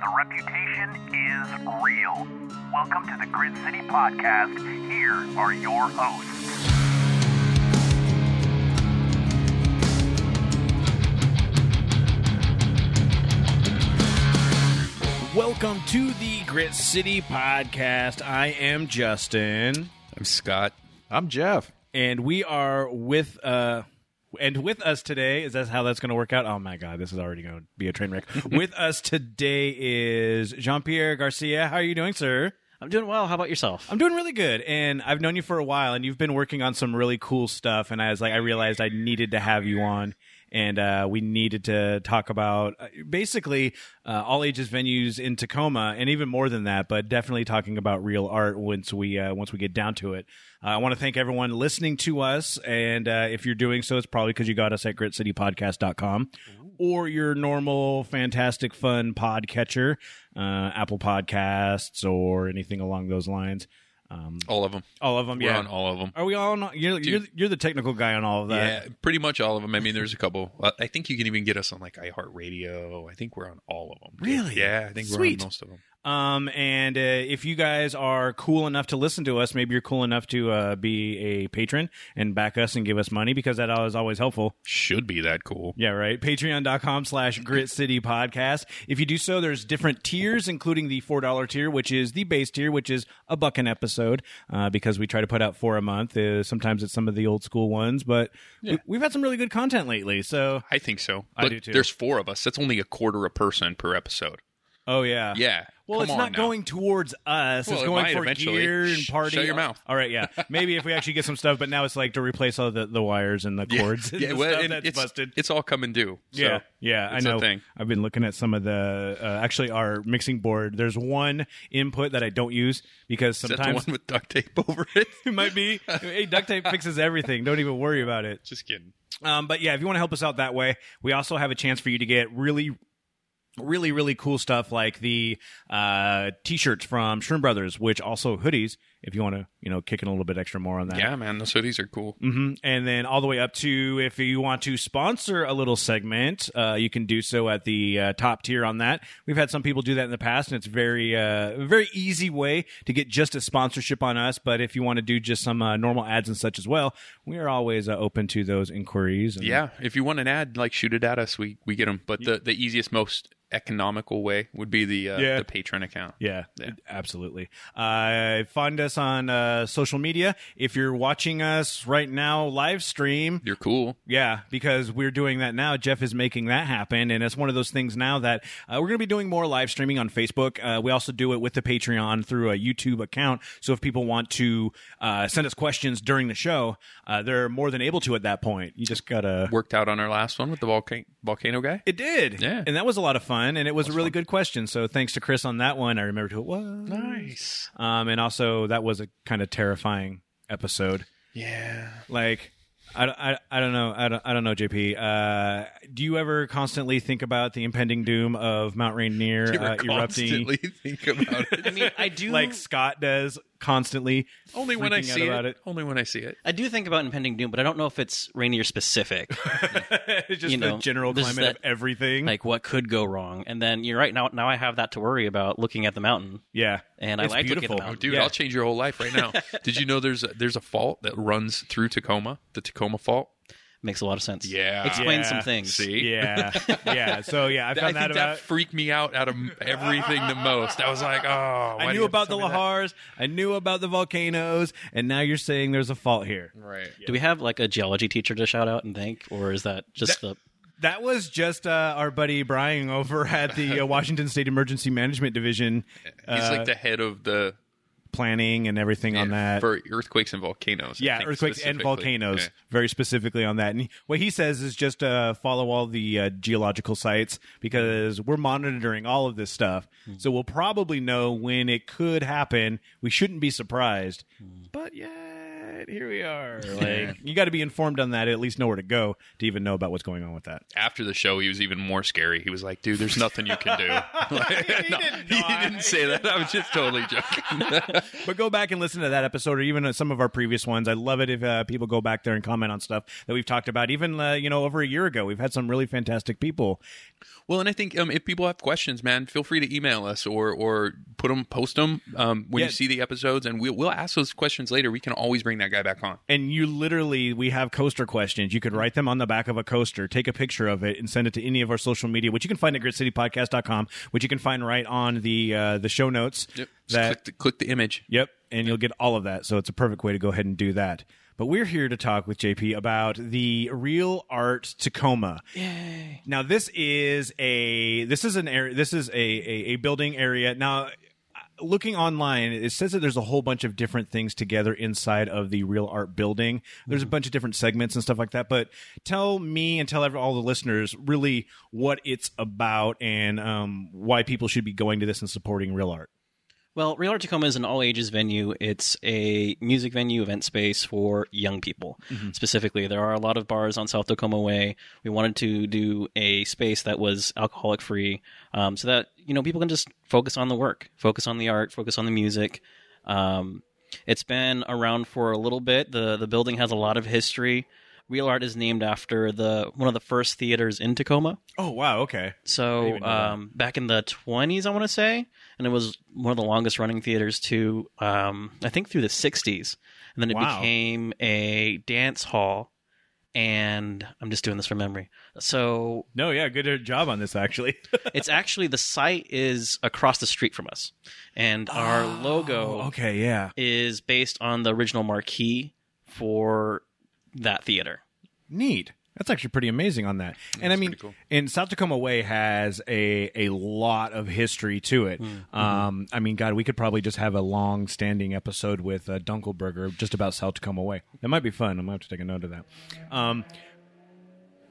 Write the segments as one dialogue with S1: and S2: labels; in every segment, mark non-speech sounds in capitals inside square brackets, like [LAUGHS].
S1: The reputation is real. Welcome to the Grid City Podcast. Here are your hosts.
S2: Welcome to the Grit City Podcast. I am Justin,
S3: I'm Scott.
S4: I'm Jeff.
S2: and we are with uh, and with us today is that how that's going to work out? Oh my god, this is already going to be a [LAUGHS] train wreck. with us today is Jean Pierre Garcia. How are you doing, sir?
S5: I'm doing well. How about yourself?
S2: I'm doing really good, and I've known you for a while, and you've been working on some really cool stuff. And I was like, I realized I needed to have you on, and uh, we needed to talk about uh, basically uh, all ages venues in Tacoma, and even more than that, but definitely talking about real art once we uh, once we get down to it. Uh, I want to thank everyone listening to us, and uh, if you're doing so, it's probably because you got us at gritcitypodcast.com or your normal fantastic fun podcatcher, uh, Apple Podcasts or anything along those lines. Um,
S3: All of them.
S2: all of them,
S3: We're
S2: yeah.
S3: on all of them.
S2: Are we all on? You're, you're, you're the technical guy on all of that.
S3: yeah, pretty much all of them. I mean, there's a couple. Uh, I- I think you can even get us on like iHeartRadio. I think we're on all of them.
S2: Really?
S3: Yeah, I think
S2: Sweet.
S3: we're on most of them.
S2: Um, and uh, if you guys are cool enough to listen to us, maybe you're cool enough to uh, be a patron and back us and give us money because that is always helpful.
S3: Should be that cool.
S2: Yeah, right. Patreon.com slash Grit City Podcast. If you do so, there's different tiers, including the $4 tier, which is the base tier, which is a buck an episode, uh, because we try to put out four a month. Uh, sometimes it's some of the old school ones, but we, we've had some really good content lately. So,
S3: I think so.
S2: I
S3: Look,
S2: do too.
S3: There's four of us. That's only a quarter a person per episode.
S2: oh, yeah.
S3: Yeah.
S2: Well,
S3: Come
S2: it's
S3: on
S2: not
S3: now.
S2: going towards us.
S3: Well,
S2: it's
S3: it
S2: going
S3: might
S2: for
S3: eventually.
S2: gear and
S3: Shh,
S2: party.
S3: shut your mouth.
S2: All
S3: [LAUGHS]
S2: right, yeah. Maybe if we actually get some stuff, but now it's like to replace all the, the wires and the
S3: [LAUGHS] Yeah.
S2: cords and
S3: Yeah,
S2: the
S3: well,
S2: stuff
S3: and
S2: that's
S3: it's,
S2: busted.
S3: It's all coming due. So
S2: yeah, yeah,
S3: it's
S2: I
S3: a
S2: know.
S3: thing.
S2: I've been looking at some of the uh, actually our mixing board. There's one input that I don't use because
S3: Is that the
S2: sometimes
S3: one with duct tape [LAUGHS] over it?
S2: [LAUGHS] it might be hey, duct tape fixes everything. Don't even worry about it.
S3: Just kidding.
S2: Um, but yeah, if you want to help us out that way, we also have a chance for you to get really, really, really cool stuff like the uh, t-shirts from Shroom Brothers, which also hoodies. If you want to, you know, kick in a little bit extra more on that.
S3: Yeah, man, those hoodies are cool.
S2: hmm And then all the way up to if you want to sponsor a little segment, uh, you can do so at the uh, top tier on that. We've had some people do that in the past, and it's very uh, a very easy way to get just a sponsorship on us. But if you want to do just some uh, normal ads and such as well, we are always uh, open to those inquiries. And
S3: Yeah, if you want an ad, like shoot it at us. We we get them. But the, the easiest, most economical way would be the uh,
S2: Yeah.
S3: the patron account.
S2: Yeah, absolutely. Uh, find us on uh, social media. If you're watching us right now live stream,
S3: You're cool.
S2: yeah, because we're doing that now. Jeff is making that happen, and it's one of those things now that uh, we're going to be doing more live streaming on Facebook. Uh, we also do it with the Patreon through a YouTube account. So if people want to uh, send us questions during the show, uh, they're more than able to at that point. You just gotta
S3: Worked out on our last one with the volcano volcano guy.
S2: It did.
S3: Yeah.
S2: And that was a lot of fun. And it was a really good question. So thanks to Chris on that one. I remembered who it was. Nice. Um, and also, that was a kind of terrifying episode.
S3: Yeah.
S2: Like, I, I, I don't know. I don't, I don't know, JP. Uh, do you ever constantly think about the impending doom of Mount Rainier
S3: You were
S2: uh, erupting?
S3: constantly [LAUGHS] think about
S5: I
S2: [LAUGHS]
S3: it.
S5: mean, I do
S2: Like Scott does constantly.
S3: only when I
S2: freaking out
S3: see
S2: about
S3: it,
S2: it.
S3: Only when I see it.
S5: I do think about impending doom, but I don't know if it's Rainier
S2: [LAUGHS]
S5: specific.
S2: it's just
S5: You know,
S2: the general
S5: this is
S2: climate of
S5: that-
S2: everything.
S5: like what could go wrong, and then you're right now. Now I have that to worry about looking at the mountain,
S2: yeah.
S5: and
S2: It's
S5: I like looking at
S2: beautiful.
S5: the
S3: Oh,
S5: mountain.
S3: dude,
S2: Yeah.
S3: I'll
S2: [LAUGHS]
S3: change your whole life right now. Did you know there's a, there's a fault that runs through Tacoma, the Tacoma Fault?
S5: Makes a lot of sense.
S3: Yeah.
S5: Explain
S2: Yeah.
S5: some things.
S3: See?
S2: Yeah, [LAUGHS] yeah. So yeah, I
S3: I,
S2: found
S3: think
S2: out
S3: that
S2: about.
S3: freaked me out out of everything the most. I was like, oh, why
S2: [LAUGHS] I
S3: do
S2: knew
S3: you have
S2: about
S3: to
S2: the
S3: tell me that?
S2: Lahars. I knew about the volcanoes, and now you're saying there's a fault here.
S3: [LAUGHS] Right.
S5: Do we have like a geology teacher to shout out and thank, or is that just the?
S2: That was just uh, our buddy Brian over at the uh, Washington State Emergency Management Division,
S3: He's
S2: uh,
S3: like the head of the
S2: planning and everything on that.
S3: for earthquakes and volcanoes. I
S2: yeah,
S3: think,
S2: earthquakes and
S3: specifically.
S2: volcanoes,
S3: Okay.
S2: very specifically on that. And he- what he says is just uh, follow all the uh, geological sites because we're monitoring all of this stuff.
S3: Hmm.
S2: So we'll probably know when it could happen. We shouldn't be surprised.
S3: Hmm.
S2: But yet, here we
S3: [LAUGHS]
S2: are. Like you got to be informed on that. At least know where to go to even know about what's going on with that.
S3: After the show, he was even more scary. He was like, "Dude, there's nothing you
S2: [LAUGHS]
S3: can do." [LAUGHS] he, didn't he didn't say that. I was just totally joking. [LAUGHS]
S2: But go back and listen to that episode, or even some of our previous ones. I love it if uh, people go back there and comment on stuff that we've talked about. Even uh, you know, over a year ago, we've had some really fantastic people.
S3: Well, and I think um, if people have questions, man, feel free to email us or or put them, post them um, when
S2: Yeah.
S3: you see the episodes, and we'll we'll ask those questions later. We can always bring that guy back on.
S2: And you literally, we have coaster questions. You could write them on the back of a coaster, take a picture of it, and send it to any of our social media, which you can find at gritcitypodcast.com, which you can find right on the uh, the show notes.
S3: Just click, the, click the image.
S2: Yep, and you'll get all of that. So it's a perfect way to go ahead and do that. But we're here to talk with JP about the Real Art Tacoma. Yay! Now this is a this is an area this is a, a a building area. Now looking online, it says that there's a whole bunch of different things together inside of the Real Art building. There's a bunch of different segments and stuff like that. But tell me and tell every, all the listeners really what it's about and um, why people should be going to this and supporting Real Art.
S5: Well, Real Art Tacoma is an all ages venue. It's a music venue event space for young people. Specifically, there are a lot of bars on South Tacoma Way. We wanted to do a space that was alcoholic free, um, so that you know people can just focus on the work, focus on the art, focus on the music. Um, it's been around for a little bit. the The building has a lot of history. Real Art is named after the one of the first theaters in Tacoma.
S2: Oh wow! Okay.
S5: So
S2: even know that.
S5: um, back in the 20s, I want to say, and it was one of the longest running theaters to, um, I think, through the 60s. And then it
S2: Wow.
S5: became a dance hall. And I'm just doing this from memory. So
S2: No, yeah, good job on this actually. [LAUGHS]
S5: it's actually the site is across the street from us. And our
S3: Oh.
S5: logo
S2: Oh, okay, yeah.
S5: is based on the original marquee for that theater.
S2: Neat. That's actually pretty amazing on that. and I mean,
S3: pretty cool.
S2: and South Tacoma Way has a a lot of history to
S3: Hmm,
S2: it. Um, I mean, God, we could probably just have a long standing episode with uh, Dunkelberger just about South Tacoma Way. That might be fun. I'm gonna have to take a note of that. Um,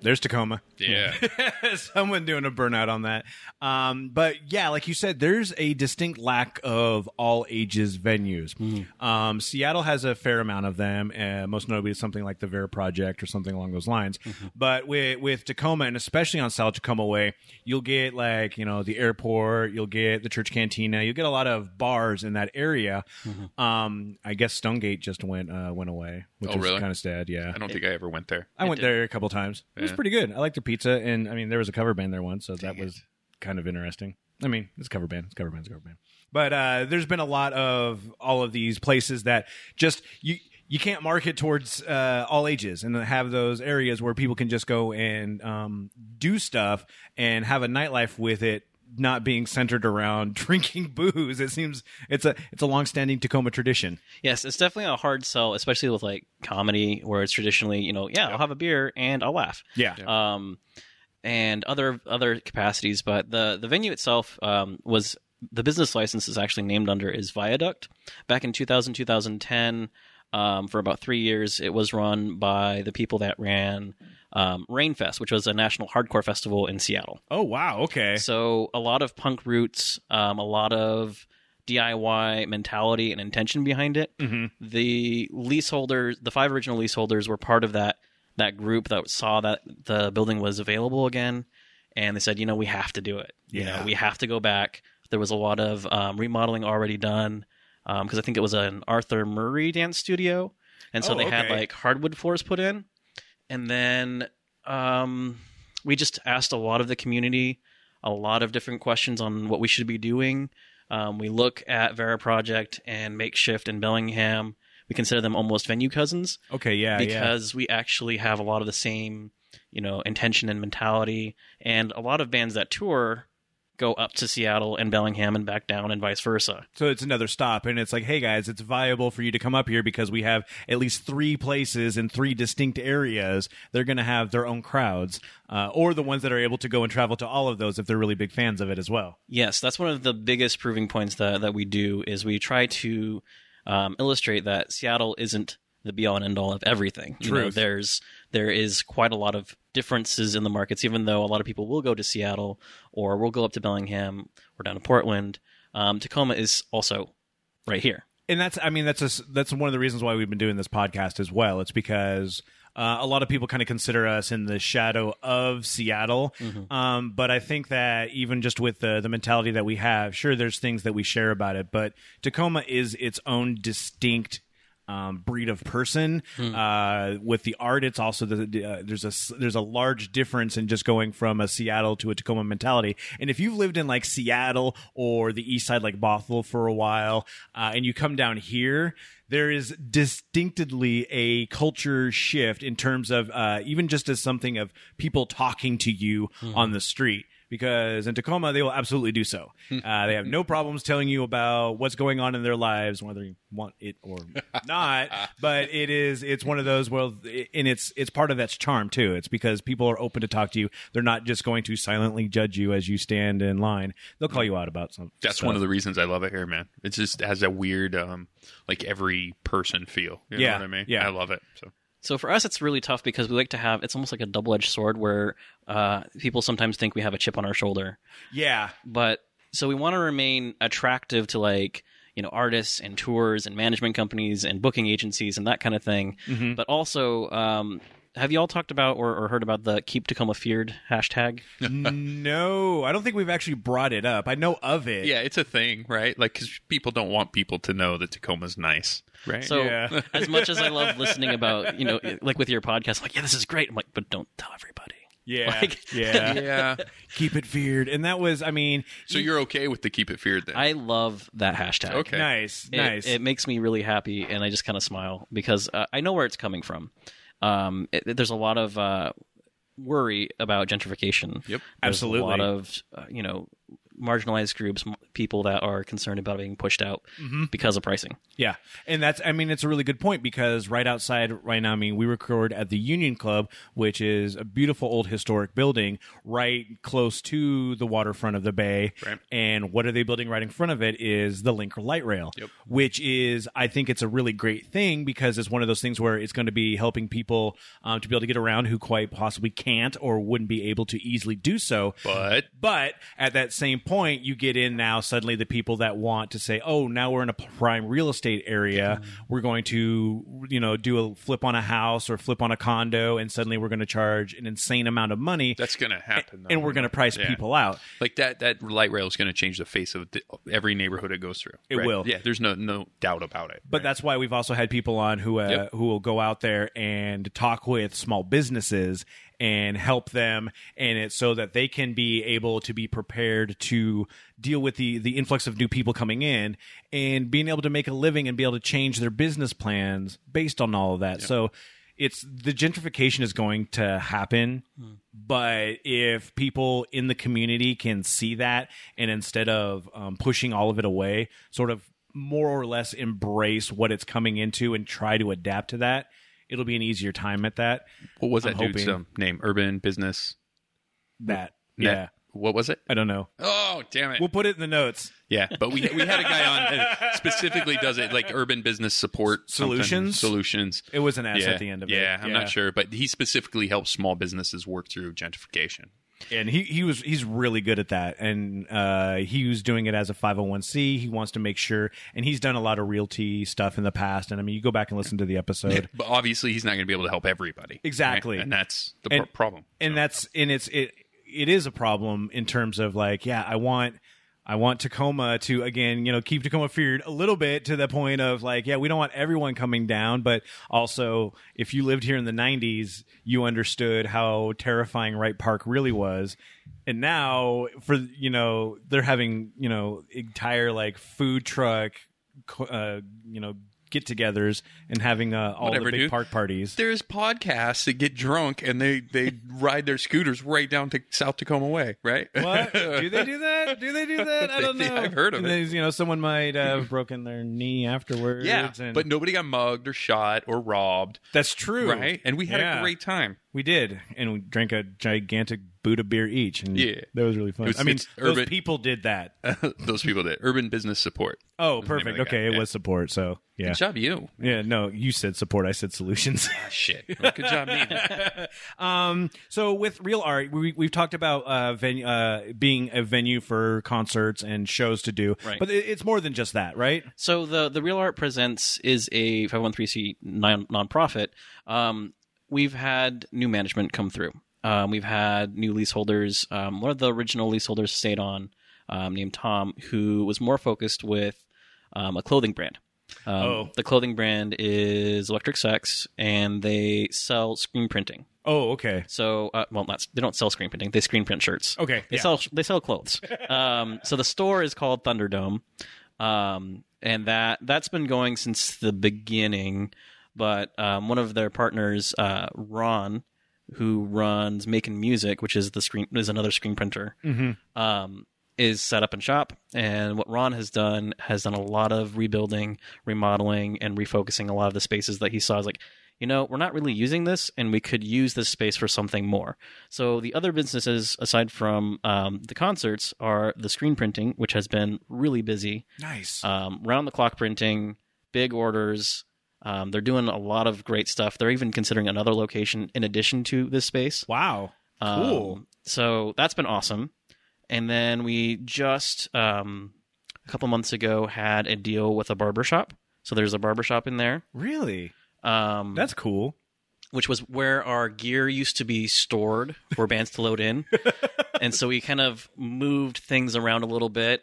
S2: there's Tacoma.
S3: Yeah,
S2: [LAUGHS] someone doing a burnout on that. Um, but yeah, like you said, there's a distinct lack of all ages venues. Um, Seattle has a fair amount of them, uh, most notably something like the Vera Project or something along those lines. But with, with Tacoma, and especially on South Tacoma Way, you'll get like, you know, the airport, you'll get the church cantina, you'll get a lot of bars in that area. Um, I guess Stonegate just went uh, went away, which
S3: Oh,
S2: is
S3: really?
S2: kind of sad. Yeah.
S3: I don't think I ever went there.
S2: [LAUGHS] I went there a couple times. It was
S3: Yeah.
S2: pretty good. I liked their pizza, and I mean, there was a cover band there once, so that was kind of interesting. I mean, it's a cover band. It's a cover band. It's a cover band. But uh, there's been a lot of all of these places that just you you can't market towards uh, all ages and have those areas where people can just go and um, do stuff and have a nightlife with it not being centered around [LAUGHS] drinking booze it seems it's a it's a long-standing tacoma tradition
S5: Yes, it's definitely a hard sell, especially with like comedy, where it's traditionally, you know, yeah, I'll have a beer and I'll laugh.
S2: yeah
S5: um, and other other capacities. But the the venue itself um, was the business license is actually named under is Viaduct. Back in 2000, 2010, um, for about three years, it was run by the people that ran um, Rainfest, which was a national hardcore festival in Seattle.
S2: oh wow okay
S5: So a lot of punk roots, um, a lot of DIY mentality and intention behind it.
S2: Mhm.
S5: The leaseholders, the five original leaseholders, were part of that that group that saw that the building was available again, and they said, you know, we have to do it. You
S2: Yeah.
S5: know, we have to go back. There was a lot of um, remodeling already done because I think it was an Arthur Murray dance studio, and so
S2: Oh,
S5: they had
S2: okay.
S5: like hardwood floors put in, and then um, we just asked a lot of the community a lot of different questions on what we should be doing. Um, we look at Vera Project and Makeshift in Bellingham. we consider them almost venue cousins
S2: Okay, yeah, yeah.
S5: because we actually have a lot of the same, you know, intention and mentality. And a lot of bands that tour go up to Seattle and Bellingham and back down and vice versa.
S2: So it's another stop, and it's like, hey guys, it's viable for you to come up here because we have at least three places in three distinct areas. They're going to have their own crowds, uh, or the ones that are able to go and travel to all of those if they're really big fans of it as well.
S5: Yes, that's one of the biggest proving points that that we do is we try to um, illustrate that Seattle isn't the be all and end all of everything. You know,
S2: Truth.
S5: there's there is quite a lot of differences in the markets, even though a lot of people will go to Seattle or will go up to Bellingham or down to Portland. Um, Tacoma is also right here.
S2: and that's i mean that's a s that's one of the reasons why we've been doing this podcast as well it's because uh, a lot of people kind of consider us in the shadow of Seattle, um, but I think that even just with the the mentality that we have, sure, there's things that we share about it, but Tacoma is its own distinct um, breed of person. Uh, with the art, it's also the, the, uh, there's a s- there's a large difference in just going from a Seattle to a Tacoma mentality. And if you've lived in like Seattle or the East Side, like Bothell, for a while, uh, and you come down here. There is distinctly a culture shift in terms of uh, even just as something of people talking to you on the street because in Tacoma they will absolutely do so.
S3: Hmm.
S2: Uh, they have no problems telling you about what's going on in their lives, whether you want it
S3: [LAUGHS]
S2: or not. But it is it's one of those well, and it's it's part of that's charm too. It's because people are open to talk to you. They're not just going to silently judge you as you stand in line. They'll call you out about something.
S3: That's one of the reasons I love it here, man. It just has a weird, um, like every person feel. You
S2: Yeah,
S3: know what I mean?
S2: yeah.
S3: I love it. So
S5: So for us, it's really tough because we like to have it's almost like a double edged sword where uh, people sometimes think we have a chip on our shoulder
S3: [LAUGHS]
S2: yeah.
S5: but so we want to remain attractive to like you know artists and tours and management companies and booking agencies and that kind of thing but also um, have you all talked about or, or heard about the keep tacoma feared hashtag
S2: no, I don't think we've actually brought it up. I know of it.
S3: yeah, it's a thing, right? Like, because people don't want people to know that Tacoma's nice, right?
S5: so
S2: Yeah.
S5: as much as i love listening about you know like with your podcast I'm like yeah this is great i'm like but don't tell everybody
S3: [LAUGHS]
S2: Yeah.
S5: Like-
S2: yeah.
S3: yeah.
S2: Keep it feared. And that was I mean
S3: So you're okay with the keep it feared then?
S5: i love that hashtag
S3: Okay.
S2: nice,
S5: It-
S2: nice.
S5: It, makes me really happy, and I just kind of smile because uh, I know where it's coming from. Um, it- it- there's a lot of uh, worry about gentrification.
S3: Yep.
S5: There's
S2: Absolutely.
S5: A lot of uh, you know marginalized groups, m- people that are concerned about being pushed out
S2: Mm-hmm.
S5: because of pricing.
S2: Yeah. And that's, I mean, it's a really good point because right outside right now, I mean, we record at the Union Club, which is a beautiful old historic building right close to the waterfront of the bay.
S3: Right.
S2: And what are they building right in front of it is the Linker Light Rail,
S3: Yep.
S2: which is, I think it's a really great thing because it's one of those things where it's going to be helping people um, to be able to get around who quite possibly can't or wouldn't be able to easily do so.
S3: But
S2: But at that same point, you get in now suddenly the people that want to say, "Oh, now we're in a prime real estate area. We're going to, you know, do a flip on a house or flip on a condo, and suddenly we're going to charge an insane amount of money,
S3: that's gonna happen.
S2: and we're going to price
S3: Yeah.
S2: people out."
S3: like that. That light rail is gonna change the face of the, every neighborhood it goes through.
S2: It
S3: right?
S2: will.
S3: Yeah. There's no no doubt about it.
S2: But that's why we've also had people on who uh,
S3: Yep.
S2: who will go out there and talk with small businesses and help them, and it's so that they can be able to be prepared to deal with the the influx of new people coming in and being able to make a living and be able to change their business plans based on all of that. So. It's the gentrification is going to happen, but if people in the community can see that and instead of um, pushing all of it away, sort of more or less embrace what it's coming into and try to adapt to that, it'll be an easier time at that.
S3: What was
S2: I'm
S3: that dude's
S2: hoping-
S3: um, name? Urban Business.
S2: That
S3: Net-
S2: yeah,
S3: What was it?
S2: I don't know.
S3: Oh damn it!
S2: We'll put it in the notes.
S3: Yeah, but we we had a guy
S2: [LAUGHS]
S3: on that specifically does it like urban business support something.
S2: Solutions?
S3: solutions.
S2: It was an S
S3: yeah.
S2: at the end of it.
S3: Yeah, I'm not sure, but he specifically helps small businesses work through gentrification.
S2: and he, he was he's really good at that and uh, he was doing it as a 501c he wants to make sure and he's done a lot of realty stuff in the past and i mean you go back and listen to the episode
S3: But obviously, he's not going to be able to help everybody. right?
S2: Exactly.
S3: and that's the
S2: And-
S3: pro- problem.
S2: and that's and it's it it is a problem in terms of like yeah i want i want tacoma to again you know keep tacoma feared a little bit to the point of like yeah we don't want everyone coming down but also if you lived here in the 90s you understood how terrifying wright park really was and now for you know they're having you know entire like food truck co- uh, you know get-togethers and having uh, all
S3: Whatever,
S2: the big
S3: dude.
S2: park parties.
S3: There's podcasts that get drunk and they they [LAUGHS] ride their scooters right down to South Tacoma Way, right? [LAUGHS]
S2: What do they do that? Do they do that? I don't know.
S3: I've heard of
S2: And
S3: it.
S2: there's, You know, someone might uh, have broken their knee afterwards.
S3: yeah,
S2: and-
S3: but nobody got mugged or shot or robbed,
S2: that's true,
S3: right? And we had
S2: Yeah.
S3: a great time.
S2: We did, and we drank a gigantic Buddha beer each, and
S3: Yeah.
S2: that was really fun.
S3: It was-
S2: I mean,
S3: it's
S2: those
S3: urban-
S2: people did
S3: [LAUGHS]
S2: that.
S3: [LAUGHS] Those people did urban business support.
S2: Oh,
S3: the name
S2: perfect.
S3: of the guy,
S2: Okay, it
S3: yeah.
S2: was support. So yeah,
S3: Good job, you.
S2: yeah. No, you said support. I said solutions. [LAUGHS]
S3: Ah, shit. Well, good job, me.
S2: Um, so with real art, we, we've talked about uh, venue, uh, being a venue for concerts and shows to do,
S5: Right.
S2: but it, it's more than just that, right?
S5: So the the Real Art Presents is a 501c non nonprofit. Um, we've had new management come through. Um, we've had new leaseholders. Um, one of the original leaseholders stayed on, um, named Tom, who was more focused with um, a clothing brand. Um,
S2: Oh.
S5: The clothing brand is Electric Sex, and they sell screen printing.
S2: Oh, okay,
S5: So, uh, well, not they don't sell screen printing; they screen print shirts.
S2: okay.
S5: They
S2: yeah.
S5: sell they sell clothes. Um, so the store is called Thunderdome, um, and that that's been going since the beginning. But um, one of their partners, uh, Ron, who runs Making Music, which is the screen is another screen printer, um, is set up in shop. And what Ron has done has done a lot of rebuilding, remodeling, and refocusing a lot of the spaces that he saw. Is like, you know, we're not really using this, and we could use this space for something more. So the other businesses, aside from um, the concerts, are the screen printing, which has been really busy,
S2: nice.
S5: um, round the clock printing, big orders. Um, they're doing a lot of great stuff. They're even considering another location in addition to this space.
S2: wow.
S5: Um,
S2: Cool.
S5: so that's been awesome. And then we just um, a couple months ago had a deal with a barbershop. So there's a barbershop in there,
S2: Really?
S5: um,
S2: That's cool.
S5: which was where our gear used to be stored for bands to load in. and so we kind of moved things around a little bit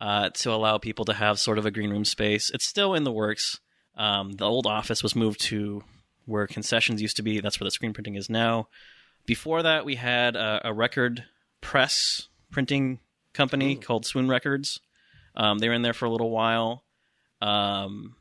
S5: uh, to allow people to have sort of a green room space. It's still in the works. Um, the old office was moved to where concessions used to be. That's where the screen printing is now. Before that, we had a, a record press printing company called Swoon Records. Um, they were in there for a little while. Um,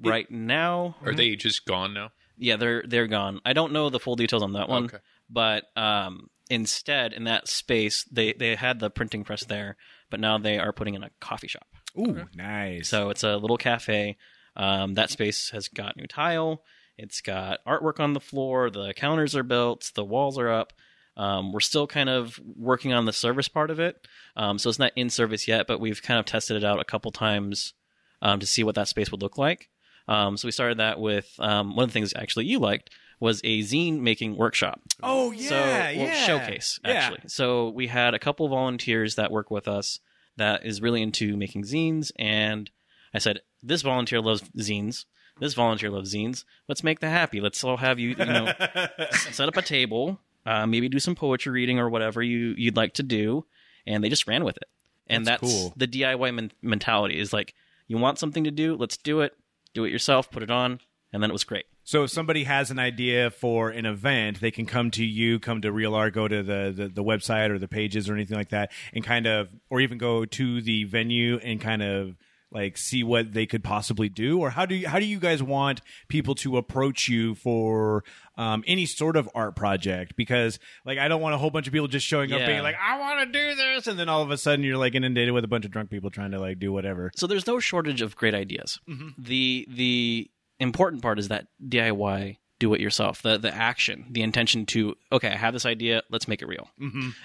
S5: right now,
S3: Are they just gone [LAUGHS] now?
S5: yeah, they're they're gone. I don't know the full details on that one,
S3: Okay.
S5: but um, instead, in that space, they they had the printing press there, but now they are putting in a coffee shop.
S2: Ooh, nice.
S5: So it's a little cafe. Um, that space has got new tile. It's got artwork on the floor. The counters are built. The walls are up. Um, we're still kind of working on the service part of it. Um, so it's not in service yet, but we've kind of tested it out a couple times um, to see what that space would look like. Um, so we started that with um, one of the things actually you liked was a zine making workshop
S2: oh yeah,
S5: so well,
S2: yeah.
S5: showcase
S2: Yeah.
S5: actually. So we had a couple volunteers that work with us that is really into making zines, and I said this volunteer loves zines. This volunteer loves zines. Let's make that happy. Let's all have you, you
S2: [LAUGHS]
S5: know, s- set up a table, uh, maybe do some poetry reading or whatever you you'd like to do, and they just ran with it. And
S2: That's
S5: that's,
S2: cool.
S5: the DIY men- mentality is like you want something to do, let's do it, do it yourself, put it on, and then it was great.
S2: So if somebody has an idea for an event, they can come to you, come to Real Art, go to the, the, the website or the pages or anything like that, and kind of, or even go to the venue and kind of like see what they could possibly do, or how do you, how do you guys want people to approach you for um, any sort of art project? Because like I don't want a whole bunch of people just showing up
S5: Yeah.
S2: being like I want to do this, and then all of a sudden you're like inundated with a bunch of drunk people trying to like do whatever.
S5: So there's no shortage of great ideas. The the important part is that DIY do it yourself. The the action, the intention to okay, I have this idea, let's make it real.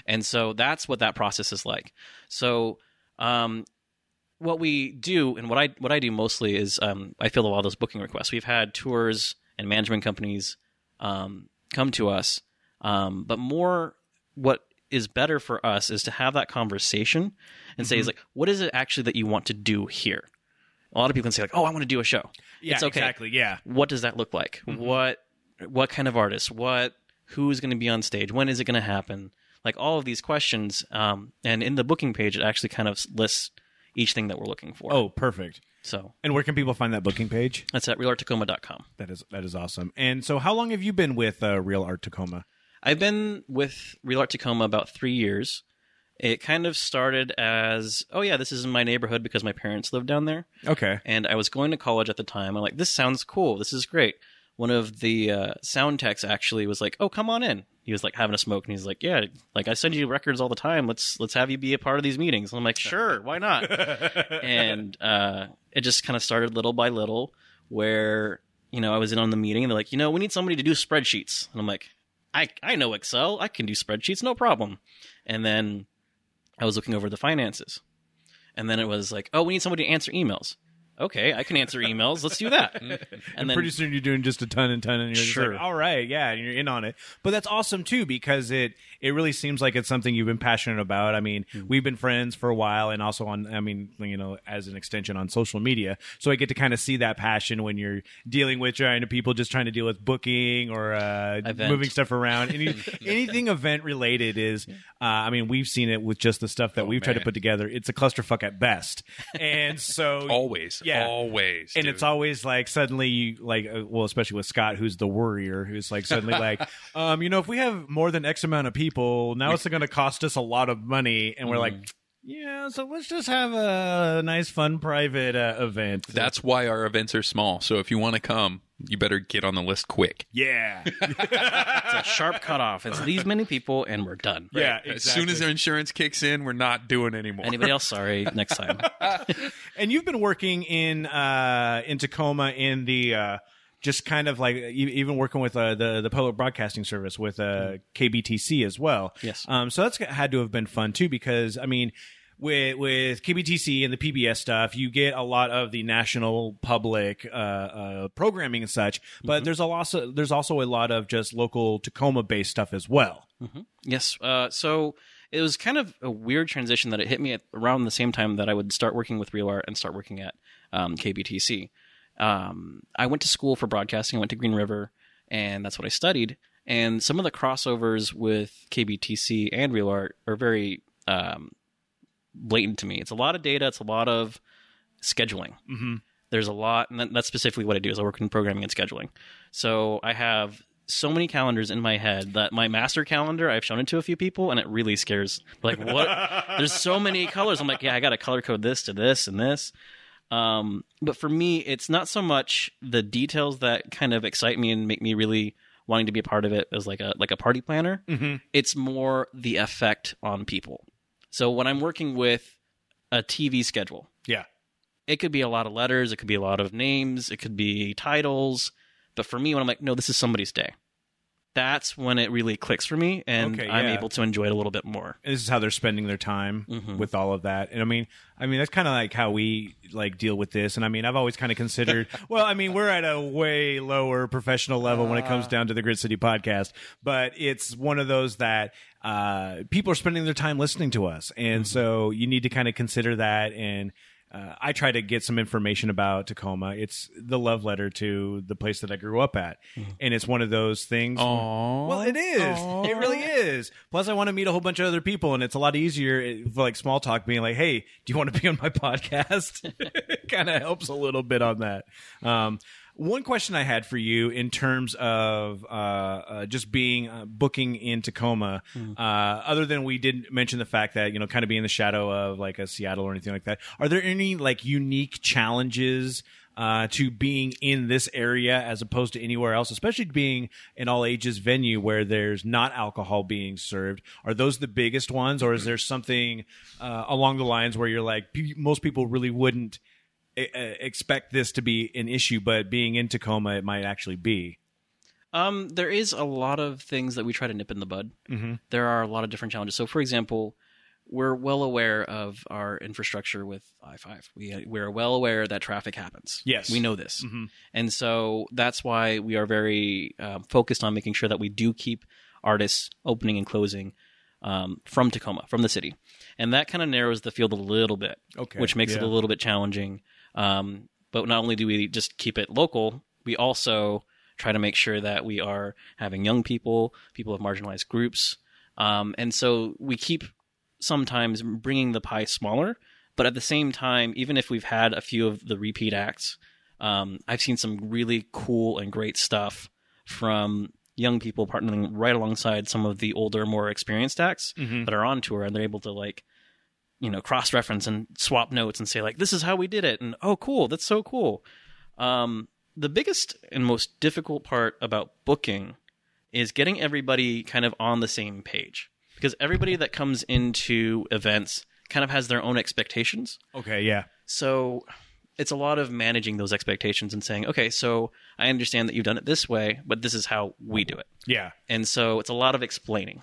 S5: And so that's what that process is like. So um what we do and what I what I do mostly is um I fill all those booking requests. We've had tours and management companies um come to us. Um but more what is better for us is to have that conversation and
S2: Mm-hmm.
S5: say is like what is it actually that you want to do here a lot of people can say like oh i want to do a show
S2: Yeah,
S5: it's okay
S2: exactly. Yeah,
S5: what does that look like what what kind of artist what who's going to be on stage when is it going to happen like all of these questions um, and in the booking page it actually kind of lists each thing that we're looking for
S2: Oh, perfect.
S5: so
S2: And where can people find that booking page?
S5: that's at realarttacoma.com
S2: That is that is awesome. And so, how long have you been with uh, Real Art Tacoma?
S5: i've been with real art tacoma about three years It kind of started as, oh yeah, this is in my neighborhood because my parents lived down there.
S2: Okay.
S5: And I was going to college at the time. I'm like, this sounds cool. This is great. One of the uh, sound techs actually was like, oh, come on in. He was like having a smoke, and he's like, yeah, like I send you records all the time. Let's let's have you be a part of these meetings. And I'm like, sure, why [LAUGHS] not? and uh, it just kind of started little by little, where you know I was in on the meeting, and they're like, you know, we need somebody to do spreadsheets, and I'm like, I I know Excel, I can do spreadsheets, no problem. And then I was looking over the finances, and then it was like, oh, we need somebody to answer emails. Okay, I can answer emails. Let's do that. And,
S2: [LAUGHS]
S5: then
S2: pretty soon you're doing just a ton and ton and you're
S5: Sure.
S2: just like, all right, yeah, and you're in on it. But that's awesome too because it it really seems like it's something you've been passionate about. I mean,
S5: Mm-hmm.
S2: we've been friends for a while and also on I mean, you know, as an extension on social media. So I get to kind of see that passion when you're dealing with trying to people just trying to deal with booking or uh
S5: Event.
S2: moving stuff around.
S5: [LAUGHS]
S2: Any, anything event related is uh, I mean, we've seen it with just the stuff
S5: Oh,
S2: that we've tried to
S3: man.
S2: put together. It's a clusterfuck at best.
S5: [LAUGHS]
S2: And so
S3: Always.
S2: Yeah.
S3: Always.
S2: and
S3: dude.
S2: it's always like suddenly you like uh, well especially with scott who's the worrier who's like suddenly
S3: [LAUGHS]
S2: like um you know if we have more than x amount of people now it's going to cost us a lot of money and we're like
S3: Mm-hmm.
S2: yeah so let's just have a nice fun private uh, event
S3: That's why our events are small. So if you want to come, you better get on the list quick. [LAUGHS]
S2: yeah [LAUGHS]
S5: it's a sharp cutoff. It's these many people, and we're done.
S2: yeah
S3: As soon as
S2: exactly.
S3: their insurance kicks in, we're not doing anymore.
S5: Anybody else? Sorry, next time.
S2: and you've been working in uh in tacoma in the uh just kind of like e- even working with uh, the the public broadcasting service with uh, KBTC as well.
S5: Yes.
S2: Um, so that's had to have been fun too, because I mean, with with KBTC and the PBS stuff, you get a lot of the national public uh, uh, programming and such. But there's a lot, there's also a lot of just local Tacoma based stuff as well.
S5: Yes. Uh, so it was kind of a weird transition that it hit me at around the same time that I would start working with Real Art and start working at um, KBTC. Um, I went to school for broadcasting. I went to Green River, and that's what I studied. And some of the crossovers with KBTC and Real Art are very um, blatant to me. It's a lot of data. It's a lot of scheduling.
S2: Mm-hmm.
S5: there's a lot and that- that's specifically what i do is i work in programming and scheduling so i have so many calendars in my head that my master calendar i've shown it to a few people and it really scares like what there's so many colors i'm like yeah i gotta color code this to this and this um, but for me it's not so much the details that kind of excite me and make me really wanting to be a part of it as like a like a party planner
S2: Mhm.
S5: it's more the effect on people so when i'm working with a tv schedule
S2: Yeah.
S5: it could be a lot of letters, it could be a lot of names, it could be titles. But for me, when I'm like, no, this is somebody's day, that's when it really clicks for me, and
S2: Okay,
S5: I'm
S2: yeah.
S5: able to enjoy it a little bit more.
S2: this is how they're spending their time
S5: Mhm.
S2: with all of that and i mean i mean that's kind of like how we like deal with this and i mean i've always kind of considered well i mean we're at a way lower professional level when it comes down to the grid city podcast but it's one of those that uh, people are spending their time listening to us and so you need to kind of consider that and uh, I try to get some information about Tacoma. It's the love letter to the place that I grew up at, and it's one of those things.
S3: Mm-hmm. Aw.
S2: Well, it is. It really is. Plus, I want to meet a whole bunch of other people, and it's a lot easier eh, for like small talk, being like, "Hey, do you want to be on my [LAUGHS] podcast?" [LAUGHS] kind of helps a little bit on that. Um, one question I had for you in terms of uh, uh, just being uh, booking in Tacoma, uh, other than we didn't mention the fact that you know kind of be in the shadow of like a Seattle or anything like that. Are there any like unique challenges? uh, to being in this area as opposed to anywhere else, especially being an all ages venue where there's not alcohol being served? Are those the biggest ones, or is there something uh, along the lines where you're like, pe- most people really wouldn't e- uh, expect this to be an issue, but being in Tacoma, it might actually be?
S5: Um, there is a lot of things that we try to nip in the bud.
S2: Mhm.
S5: There are a lot of different challenges. So, for example, we're well aware of our infrastructure with I five. We uh, we're well aware that traffic happens.
S2: Yes.
S5: we know this,
S2: Mhm.
S5: and so that's why we are very um, focused on making sure that we do keep artists opening and closing um, from Tacoma, from the city, and that kind of narrows the field a little bit
S2: Okay.
S5: which makes it a
S2: Yeah.
S5: little bit challenging. Um, but not only do we just keep it local, we also try to make sure that we are having young people, people of marginalized groups, um, and so we keep sometimes bringing the pie smaller. But at the same time, even if we've had a few of the repeat acts, um, I've seen some really cool and great stuff from young people partnering right alongside some of the older, more experienced acts that are on tour, and they're able to like, you know, cross reference and swap notes and say like, "This is how we did it," and "Oh, cool, that's so cool." Um, the biggest and most difficult part about booking is getting everybody kind of on the same page because everybody that comes into events kind of has their own expectations.
S2: Okay, yeah.
S5: So it's a lot of managing those expectations and saying, okay, so I understand that you've done it this way, but this is how we do it.
S2: Yeah.
S5: And so it's a lot of explaining.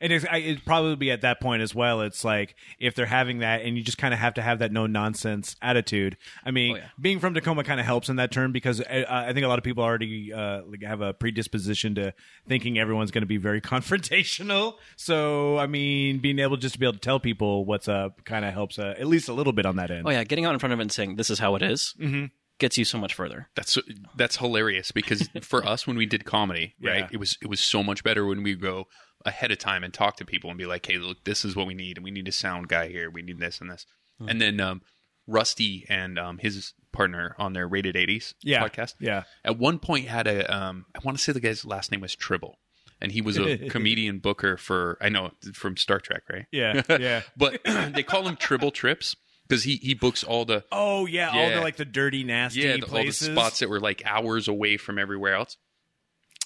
S2: And it's, I, it'd probably be at that point as well. It's like if they're having that, and you just kind of have to have that no nonsense attitude. I mean,
S5: Oh, yeah.
S2: being from Tacoma kind of helps in that term because I, I think a lot of people already uh, like have a predisposition to thinking everyone's going to be very [LAUGHS] confrontational. So, I mean, being able just to be able to tell people what's up kind of helps uh, at least a little bit on that end.
S5: Oh yeah, getting out in front of it and saying this is how it is,"
S2: Mm-hmm.
S5: gets you so much further.
S3: [LAUGHS] That's that's hilarious because for us when we did comedy,
S2: [LAUGHS]
S3: right,
S2: Yeah.
S3: it was it was so much better when we go ahead of time and talk to people and be like, hey, look, this is what we need, and we need a sound guy here, we need this and this,
S2: Hmm.
S3: and then um, Rusty and um, his partner on their Rated 80s
S2: Yeah.
S3: podcast,
S2: Yeah.
S3: at one point had a um, I want to say the guy's last name was Tribble, and he was a comedian booker for I know from Star Trek, right?
S2: Yeah. Yeah.
S3: but [CLEARS THROAT] they call him Tribble Trips because he he books all the
S2: Oh yeah, all
S3: Yeah.
S2: the like the dirty nasty
S3: yeah, the-
S2: places.
S3: all
S2: [LAUGHS]
S3: the spots that were like hours away from everywhere else.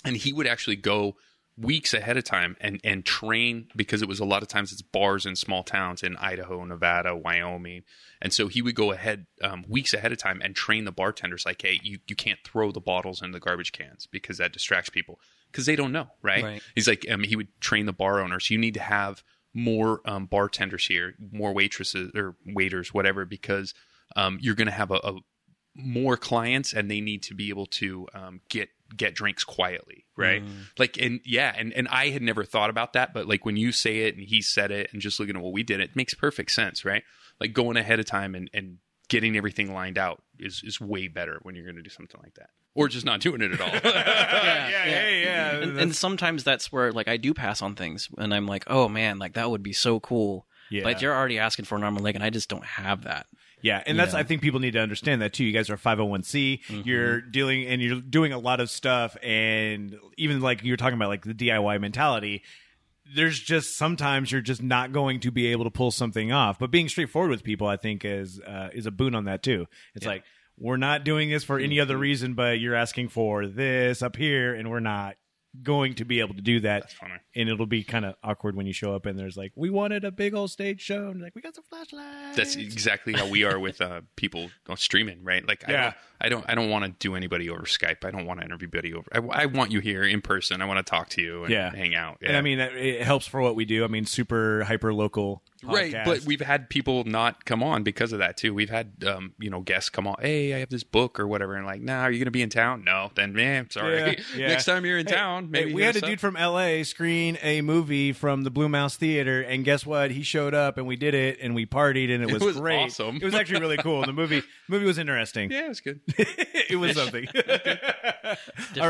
S3: And he would actually go weeks ahead of time and and train because it was a lot of times it's bars in small towns in Idaho, Nevada, Wyoming, and so he would go ahead um, weeks ahead of time and train the bartenders like, hey, you you can't throw the bottles in the garbage cans because that distracts people because they don't know, right?
S5: Right.
S3: He's like, um, he would train the bar owners. You need to have more um, bartenders here, more waitresses or waiters, whatever, because um, you're going to have a, a more clients and they need to be able to um, get get drinks quietly right
S2: Mm.
S3: like and yeah and and i had never thought about that but like when you say it and he said it and just looking at what we did it makes perfect sense right like going ahead of time and and getting everything lined out is is way better when you're going to do something like that or just not doing it
S2: [LAUGHS]
S3: at all
S2: yeah, yeah, yeah. yeah.
S5: And, and sometimes that's where like I do pass on things, and I'm like, "Oh man, like that would be so cool."
S2: Yeah.
S5: But you're already asking for an arm and leg, and I just don't have that.
S2: Yeah, and that's I think people need to understand that too. You guys are 501c. You're dealing and you're doing a lot of stuff and even like you're talking about like the DIY mentality, there's just sometimes you're just not going to be able to pull something off. But being straightforward with people I think is uh, is a boon on that too. It's like we're not doing this for any other reason but you're asking for this up here and we're not going to be able to do that. That's
S3: funny.
S2: And it'll be kind of awkward when you show up and there's like we wanted a big old stage show and like we got some flashlights.
S3: that's exactly how we are with uh, people on streaming, right? Like,
S2: Yeah.
S3: I don't, I don't, I don't want to do anybody over Skype. I don't want to interview anybody over. I, I want you here in person. I want to talk to you and
S2: Yeah.
S3: hang out.
S2: And I mean, that- it helps for what we do. I mean, super hyper local.
S3: right? But we've had people not come on because of that too. We've had, um, you know, guests come on. Hey, I have this book or whatever, and like, nah, are you going to be in town? No, then man, sorry. [LAUGHS] Next time you're in town, maybe
S2: we had
S3: hit
S2: a
S3: us
S2: dude
S3: up.
S2: from LA screen a movie from the Blue Mouse Theater, and guess what? He showed up, and we did it, and we partied, and it, was,
S3: was
S2: great.
S3: awesome.
S2: It was actually really cool. And the movie movie was interesting.
S3: [LAUGHS] Yeah, it was good.
S2: it was something.
S5: Different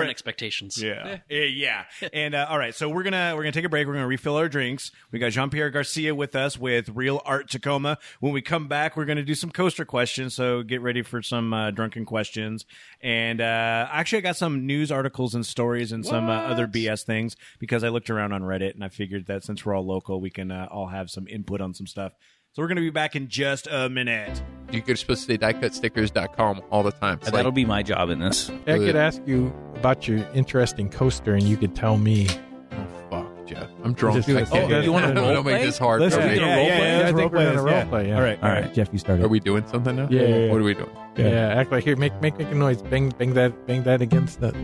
S2: right.
S5: expectations.
S2: Yeah, Eh, yeah. And uh, all right, so we're gonna we're gonna take a break. We're gonna refill our drinks. We got Jean Pierre Garcia with us with Real Art Tacoma. When we come back, we're gonna do some coaster questions. So get ready for some uh, drunken questions. And uh, actually, I got some news articles and stories and some uh, other BS things because I looked around on Reddit and I figured that since we're all local, we can uh, all have some input on some stuff. So we're gonna be back in just a minute.
S6: You- You're supposed to say diecutstickers.com all the time. It's
S7: Uh, That'll
S6: like,
S7: be my job in this.
S4: I could ask you about your interesting coaster, and you could tell me.
S6: oh, fuck, Jeff. I'm drunk.
S4: Just
S6: [LAUGHS] I
S4: gonna
S6: can't.
S4: say that.
S6: Oh, you want to
S4: Yeah.
S6: Don't make this hard
S4: Listen,
S6: for
S4: Yeah,
S6: me.
S4: yeah,
S2: yeah, yeah, yeah,
S4: I
S2: let's
S4: think we're gonna
S2: role play
S4: role
S2: this,
S4: play. Yeah.
S2: All right,
S7: All right, Jeff, you started.
S6: Are we doing something now?
S4: Yeah, yeah, yeah.
S6: What are we doing?
S4: Yeah. act like here. Make make make a noise. Bang bang that bang that against the.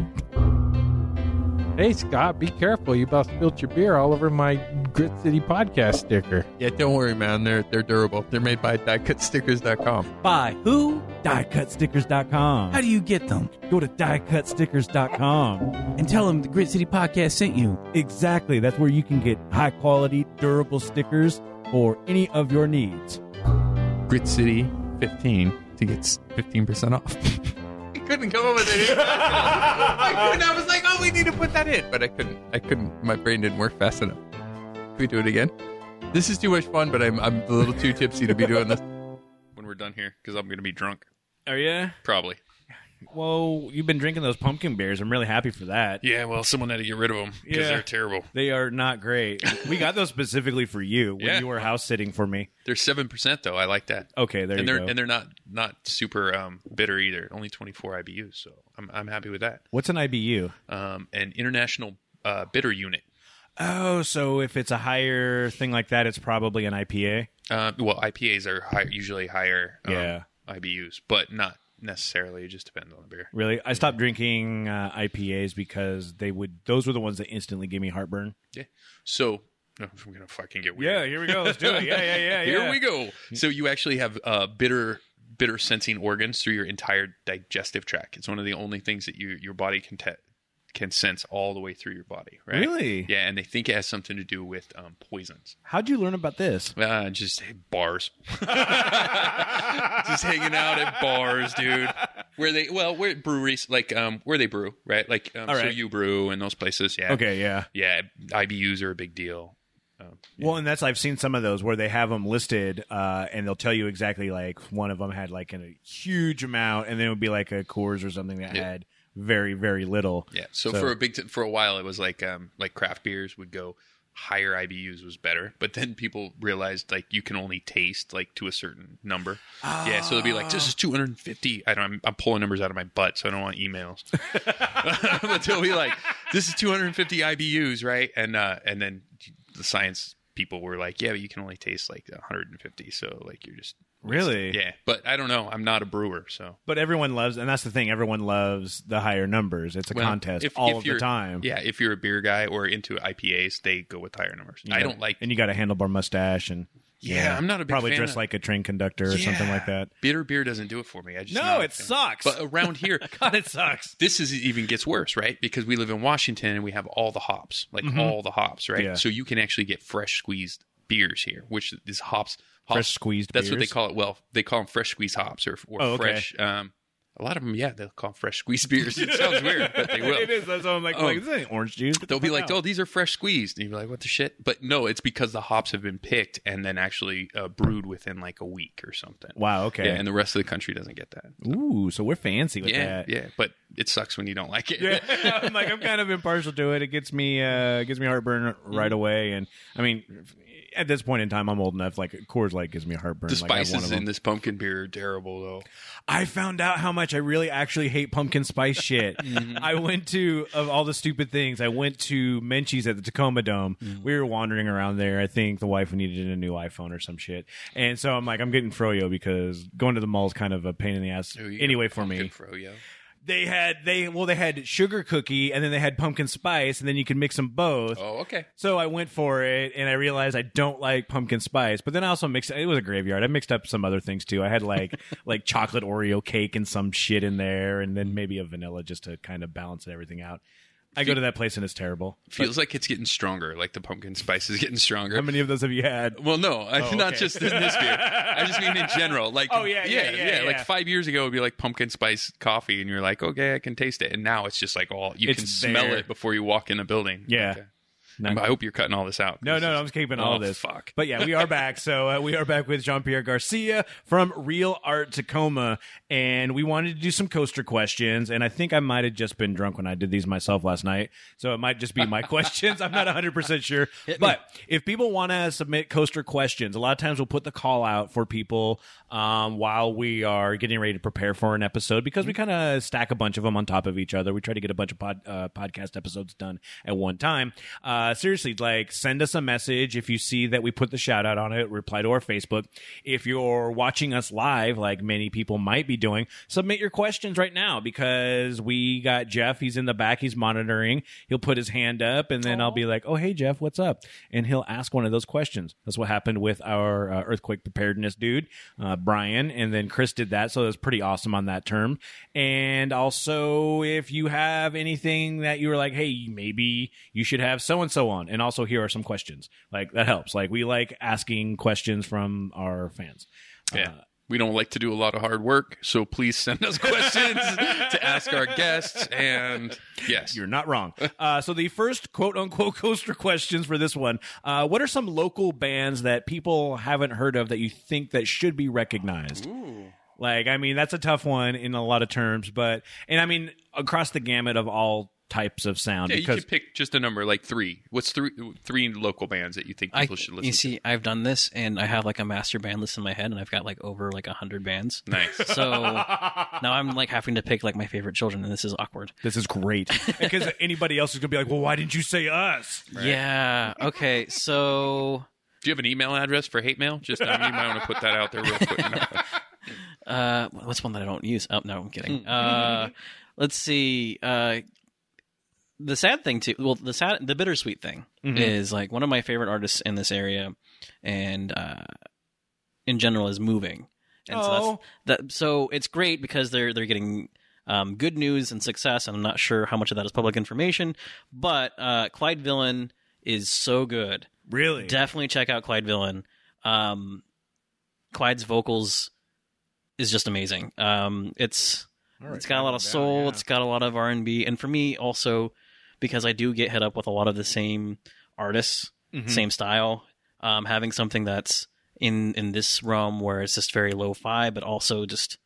S4: Hey Scott, be careful! You about spilt your beer all over my Grit City podcast sticker.
S6: Yeah, don't worry, man. They're they're durable. They're made by diecutstickers.com.
S7: By who?
S2: DieCutStickers.com.
S7: How do you get them?
S2: Go to diecutstickers.com.
S7: And tell them the Grit City Podcast sent you.
S2: Exactly. That's where you can get high quality, durable stickers for any of your needs.
S6: Grit City 15 to get 15% [LAUGHS] off. I couldn't come up with [LAUGHS] it. I couldn't. I was like, oh, we need to put that in. But I couldn't. I couldn't. My brain didn't work fast enough. Can we do it again? This is too much fun, but I'm, I'm a little too tipsy to be doing this.
S3: When we're done here, because I'm going to be drunk
S2: Are you?
S3: probably.
S2: Whoa, you've been drinking those pumpkin beers. I'm really happy for that.
S3: Yeah, well, someone had to get rid of them because
S2: Yeah.
S3: they're terrible.
S2: They are not great. We got those specifically for you when
S3: Yeah.
S2: you were house sitting for me.
S3: They're seven percent though. I like that.
S2: Okay, there
S3: and
S2: you
S3: they're
S2: go.
S3: and they're not not super um, bitter either. Only twenty four IBUs, so I'm I'm happy with that.
S2: What's an IBU?
S3: Um, an international uh, bitter unit.
S2: Oh, so if it's a higher thing like that, it's probably an IPA.
S3: Uh, well, IPAs are high, usually higher um,
S2: Yeah.
S3: IBUs, but not necessarily. It just depends on the beer.
S2: Really, I stopped drinking uh, IPAs because they would; those were the ones that instantly gave me heartburn.
S3: Yeah. So [LAUGHS] no, I'm gonna fucking get weird.
S2: here we go. Let's do it. Yeah, yeah, [LAUGHS] yeah. Mm.
S3: Here we go. So you actually have uh, bitter bitter sensing organs through your entire digestive tract. It's one of the only things that you your body can te- can sense all the way through your body. Right?
S2: Really?
S3: Yeah, and they think it has something to do with um, poisons.
S2: How'd you learn about [LAUGHS] this?
S3: Uh, just bars. just hanging out at bars, dude. Where they well, where breweries like um where they brew, right? Like um,
S2: All
S3: so
S2: right.
S3: you brew and those places, yeah.
S2: Okay, yeah.
S3: Yeah, IBUs are a big deal.
S2: Well, and that's I've seen some of those where they have them listed, uh, and they'll tell you exactly like one of them had like a huge amount, and then it would be like a Coors or something that
S3: Yeah.
S2: had very very little.
S3: Yeah. So, for a big t- for a while it was like um like craft beers would go higher IBUs was better, but then people realized like you can only taste like to a certain number. Yeah, so they'll be like this is 250. I don't I'm, I'm pulling numbers out of my butt, so I don't want emails. [LAUGHS] but they'll be like this is 250 IBUs, right? And uh and then the science people were like, yeah, but you can only taste like 150, so like you're just
S2: really,
S3: yeah, but I don't know. I'm not a brewer, so
S2: But everyone loves, and that's the thing. Everyone loves the higher numbers. It's a
S3: Well,
S2: contest all of the
S3: you're-
S2: time.
S3: Yeah, if you're a beer guy or into IPAs, they go with higher numbers. I don't like.
S2: and you got a handlebar mustache, and
S3: Yeah, I'm not a big
S2: probably
S3: fan
S2: dressed
S3: of-
S2: like a train conductor or something
S3: Yeah.
S2: like that.
S3: [LAUGHS] bitter beer doesn't do it for me. I just
S2: No,
S3: not a
S2: it
S3: fan.
S2: sucks.
S3: But around here,
S2: [LAUGHS] God, it sucks.
S3: this is even gets worse, right? Because we live in Washington and we have all the hops, like all the hops, right?
S2: Mm-hmm. Yeah.
S3: So you can actually get fresh squeezed beers here, which is hops. hops
S2: Fresh squeezed
S3: That's what they
S2: beers?
S3: call it. Well, they call them fresh squeeze hops or, or
S2: Oh, okay.
S3: fresh. Um, a lot of them, yeah, they'll call 'em fresh squeezed
S2: [LAUGHS]
S3: beers. It sounds weird, but they will.
S2: it is. That's what I'm like.
S3: Oh.
S2: like this ain't orange juice. Get the
S3: They'll be
S2: fuck
S3: like,
S2: out.
S3: "Oh, these are fresh squeezed," and you're like, "What the shit?" But no, it's because the hops have been picked and then actually uh, brewed within like a week or something.
S2: wow, okay."
S3: Yeah, and the rest of the country doesn't get that.
S2: Ooh, so we're fancy with
S3: yeah,
S2: that.
S3: yeah, but it sucks when you don't like [LAUGHS] it.
S2: Yeah, [LAUGHS] I'm like I'm kind of impartial to it. It gets me uh it gets me heartburn
S3: Mm-hmm.
S2: right away, and I mean, at this point in time, I'm old enough. Like Coors Light gives me heartburn.
S3: the
S2: like, I have one of
S3: spices
S2: them.
S3: in this pumpkin beer are terrible, though.
S2: I found out how much I really actually hate pumpkin spice
S3: [LAUGHS]
S2: shit.
S3: Mm-hmm.
S2: I went to of all the stupid things. I went to Menchie's at the Tacoma Dome.
S3: Mm-hmm.
S2: We were wandering around there. I think the wife needed a new iPhone or some shit, and so I'm like, I'm getting froyo because going to the mall is kind of a pain in the ass
S3: Ooh, you got
S2: anyway for
S3: pumpkin
S2: me.
S3: froyo.
S2: They had they well they had sugar cookie and then they had pumpkin spice and then you can mix them both.
S3: Oh, okay.
S2: So I went for it, and I realized I don't like pumpkin spice. But then I also mixed. It was a graveyard. I mixed up some other things too. I had
S3: [LAUGHS]
S2: like like chocolate Oreo cake and some shit in there, and then maybe a vanilla just to kind of balance everything out. I go to that place and it's terrible.
S3: Feels like it's getting stronger. Like the pumpkin spice is getting stronger.
S2: How many of those have you had?
S3: well, no, I, not
S2: Oh, okay.
S3: just in this beer. I just mean in general. Like,
S2: [LAUGHS] Oh, yeah, yeah, yeah, yeah.
S3: Like five years ago, it'd be like pumpkin spice coffee, and you're like, okay, I can taste it. And now it's just like, all you
S2: It's
S3: can smell
S2: there.
S3: it before you walk in the building.
S2: Yeah.
S3: Okay. I hope you're cutting all this out.
S2: No,
S3: This
S2: no,
S3: is-
S2: no, I'm just keeping all
S3: Oh,
S2: this.
S3: fuck.
S2: But yeah, we are back. So uh, we are back with Jean Pierre Garcia from Real Art Tacoma, and we wanted to do some coaster questions. And I think I might have just been drunk when I did these myself last night, so it might just be my questions. I'm not 100 percent sure. But if people want to submit coaster questions, a lot of times we'll put the call out for people um, while we are getting ready to prepare for an episode because we kind of stack a bunch of them on top of each other. We try to get a bunch of pod, uh, podcast episodes done at one time. Uh, seriously, like send us a message if you see that we put the shout out on it, reply to our Facebook. If you're watching us live, like many people might be doing, submit your questions right now because we got Jeff. He's in the back, he's monitoring. He'll put his hand up, and then I'll be like, oh, hey, Jeff, what's up? And he'll ask one of those questions. That's what happened with our uh, earthquake preparedness dude, uh, Brian, and then Chris did that. So it was pretty awesome on that term. And also, if you have anything that you were like, hey, maybe you should have so and so on. And also, here are some questions. Like, that helps. Like, we like asking questions from our fans.
S3: Yeah.
S2: Uh,
S3: we don't like to do a lot of hard work, so please
S2: [LAUGHS]
S3: send us questions to ask our guests. And yes,
S2: You're
S5: [LAUGHS]
S2: not wrong. Uh, so the first quote unquote coaster questions for this one: uh, What are some local bands that people haven't heard of that you think that should be recognized? Like, I mean, that's a tough one in a lot of terms, but and I mean across the gamut of all types of sound
S3: Yeah, you
S2: because
S3: could pick just a number like three. What's three three local bands that you think
S5: I,
S3: people should listen
S5: you see, I've done this, and I have like a master band list in my head, and I've got like over like a hundred
S3: [LAUGHS]
S5: bands.
S3: to? Nice.
S5: So now I'm like having to pick like my favorite children, and this is awkward.
S2: this
S5: [LAUGHS]
S2: is great. because anybody else is gonna be like, well, why didn't you say us?
S5: Yeah. Okay. So
S3: Do you have an email address for hate mail? Just I mean, I want to put that out there real quick.
S2: [LAUGHS]
S3: No.
S5: uh, what's one that I don't use? Oh no, I'm kidding. Uh, let's see. Uh, the sad thing too. Well, the sad, the bittersweet thing is like one of my favorite artists in this area, and uh, in general is moving. And so,
S2: Oh.
S5: that's, that, so it's great because they're they're getting um, good news and success. And I'm not sure how much of that is public information, but uh, Clyde Villain is so good.
S2: Really?
S5: Definitely check out Clyde Villain. Um, Clyde's vocals is just amazing. Um, it's it's got a lot of soul. It's got a lot of R and B, and for me also because I do get hit up with a lot of the same artists,
S2: Mm-hmm.
S5: same style. Um, having something that's in in this realm where it's just very lo-fi, but also just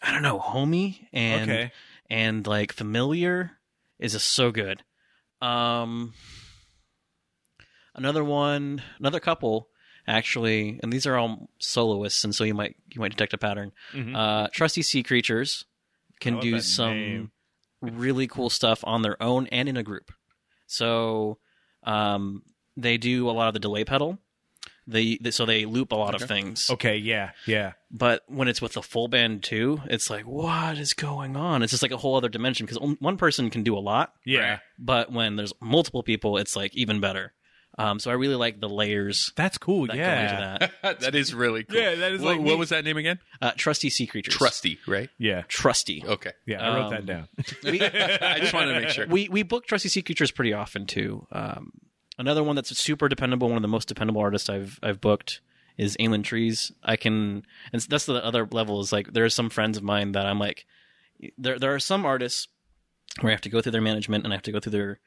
S5: I don't know, homey and
S2: Okay.
S5: and like familiar is just so good. Um, another one, another couple actually, and these are all soloists, and so you might you might detect a pattern. Uh, Trusty Sea Creatures
S2: Mm-hmm.
S5: can
S2: I love
S5: do
S2: that
S5: some
S2: name.
S5: really cool stuff on their own and in a group. So um, they do a lot of the delay pedal. They, they so they loop a lot of things
S2: Okay, yeah, yeah.
S5: but when it's with the full band too, it's like what is going on? It's just like a whole other dimension because one person can do a lot,
S2: Yeah.
S5: but when there's multiple people, it's like even better. Um, so I really like the layers
S2: That's cool,
S5: that
S2: yeah.
S5: go into that.
S3: that is really cool.
S2: Yeah, that is
S3: What,
S2: like
S3: what
S2: neat.
S3: was that name again?
S5: Uh, trusty sea creatures,
S3: Trusty, right?
S2: Yeah.
S5: trusty.
S2: [LAUGHS]
S3: Okay,
S2: Yeah, I wrote
S5: Um,
S2: that down.
S3: I just wanted to make sure.
S5: We we book trusty sea creatures pretty often too. Um, another one that's super dependable, one of the most dependable artists I've I've booked is Aylin Trees. I can, and that's the other level is like there are some friends of mine that I'm like, there there are some artists where I have to go through their management and I have to go through their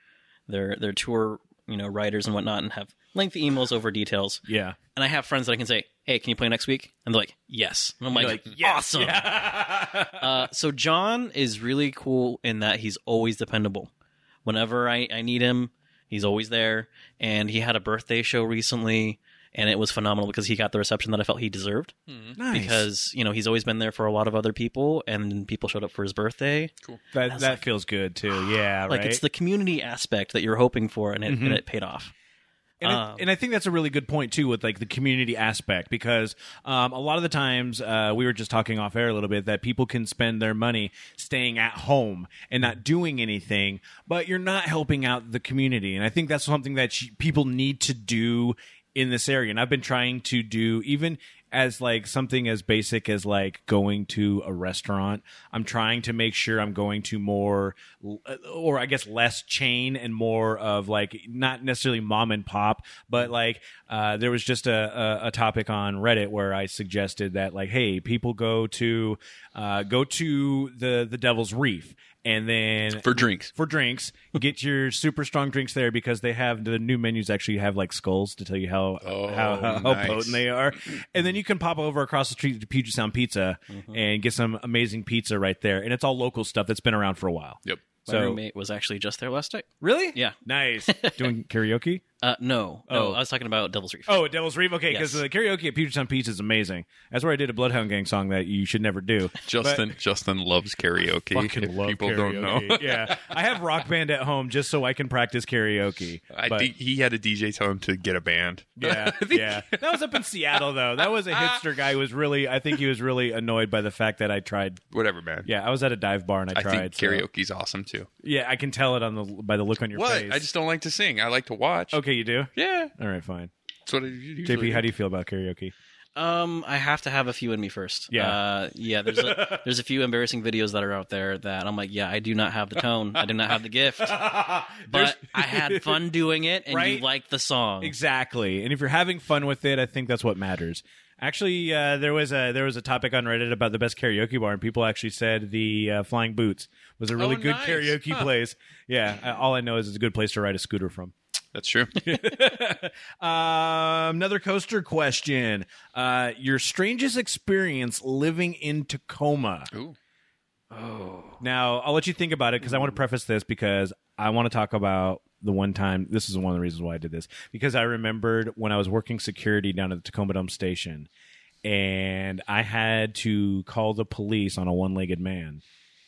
S5: their their tour you know writers and whatnot and have lengthy emails over details.
S2: Yeah.
S5: And I have friends that I can say, hey, can you play next week? And they're like, yes. And I'm like, awesome.
S2: [LAUGHS]
S5: uh, so John is really cool in that he's always dependable. Whenever I, I need him, he's always there. And he had a birthday show recently, and it was phenomenal because he got the reception that I felt he deserved.
S2: Nice.
S5: Um, Because, you know, he's always been there for a lot of other people, and people showed up for his birthday.
S2: that that feels
S5: [SIGHS]
S2: good too. Yeah,
S5: Like,
S2: right. Mm-hmm.
S5: it's the community aspect that you're hoping for, and it, and it paid off.
S2: and, I-
S5: Um,
S2: and I think that's a really good point too, with like the community aspect, because um, a lot of the times uh, we were just talking off air a little bit that people can spend their money staying at home and not doing anything, but you're not helping out the community, and I think that's something that you, people need to do in this area. And I've been trying to do even as like something as basic as like going to a restaurant. I'm trying to make sure I'm going to more uh, or I guess less chain and more of like not necessarily mom and pop, but like uh, there was just a, a, a topic on Reddit where I suggested that like, hey, people go to uh, go to the the Devil's Reef and then
S3: For drinks.
S2: for drinks. Get your super strong drinks there because they have the new menus actually have like skulls to tell you how
S3: Oh,
S2: how, how,
S3: nice.
S2: potent they are. And then you can pop over across the street to Puget Sound Pizza and get some amazing pizza right there. And it's all local stuff that's been around for a while.
S3: Yep.
S5: My
S2: So-
S5: roommate was actually just there last night.
S2: Really?
S5: Yeah.
S2: Nice. [LAUGHS] Doing karaoke?
S5: Uh, no, no,
S2: Oh.
S5: I was talking about Devil's Reef.
S2: Oh, at Devil's Reef. Okay, because
S5: Yes.
S2: the karaoke at Puget Sound Pizza is amazing. That's where I did a Bloodhound Gang song that you should never do.
S3: Justin Justin loves
S2: [LAUGHS]
S3: karaoke.
S2: Fucking
S3: if
S2: love
S3: people don't
S2: karaoke.
S3: know.
S2: yeah, I have Rock Band at home just so I can practice [LAUGHS] karaoke.
S3: [LAUGHS] I
S2: but-
S3: think he had a DJ tell him to get a band.
S2: [LAUGHS] Yeah, yeah. That was up in Seattle though. That
S3: Uh,
S2: was a hipster guy who was really I think he was really annoyed by the fact that I tried
S3: Whatever, man.
S2: yeah, I was at a dive bar and I,
S3: I
S2: tried
S3: think
S2: so-
S3: karaoke's awesome too.
S2: Yeah, I can tell it on the by the look on your
S3: What?
S2: face.
S3: I just don't like to sing. I like to watch.
S2: Okay, you do?
S3: Yeah.
S2: All right, fine.
S3: That's what I usually
S2: JP, how do you feel about
S3: [LAUGHS]
S2: karaoke?
S5: Um, I have to have a few in me first.
S2: Yeah.
S5: uh, yeah. There's
S2: [LAUGHS]
S5: a, there's a few embarrassing videos that are out there that I'm like, yeah, I do not have the tone, I do not have the
S2: [LAUGHS]
S5: gift, but I had fun doing it, and
S2: Right?
S5: you like the song.
S2: Exactly. And if you're having fun with it, I think that's what matters. Actually, uh, there was a there was a topic on Reddit about the best karaoke bar, and people actually said the uh, Flying Boots was a really
S3: Oh,
S2: good
S3: nice.
S2: karaoke
S3: Huh.
S2: place. Yeah, I- all I know is it's a good place to ride a scooter from. [LAUGHS]
S3: That's true.
S2: um, another coaster question. Uh, your strangest experience living in Tacoma.
S3: Ooh.
S2: Now, I'll let you think about it because I want to preface this because I want to talk about the one time. This is one of the reasons why I did this because I remembered when I was working security down at the Tacoma Dome Station and I had to call the police on a one legged man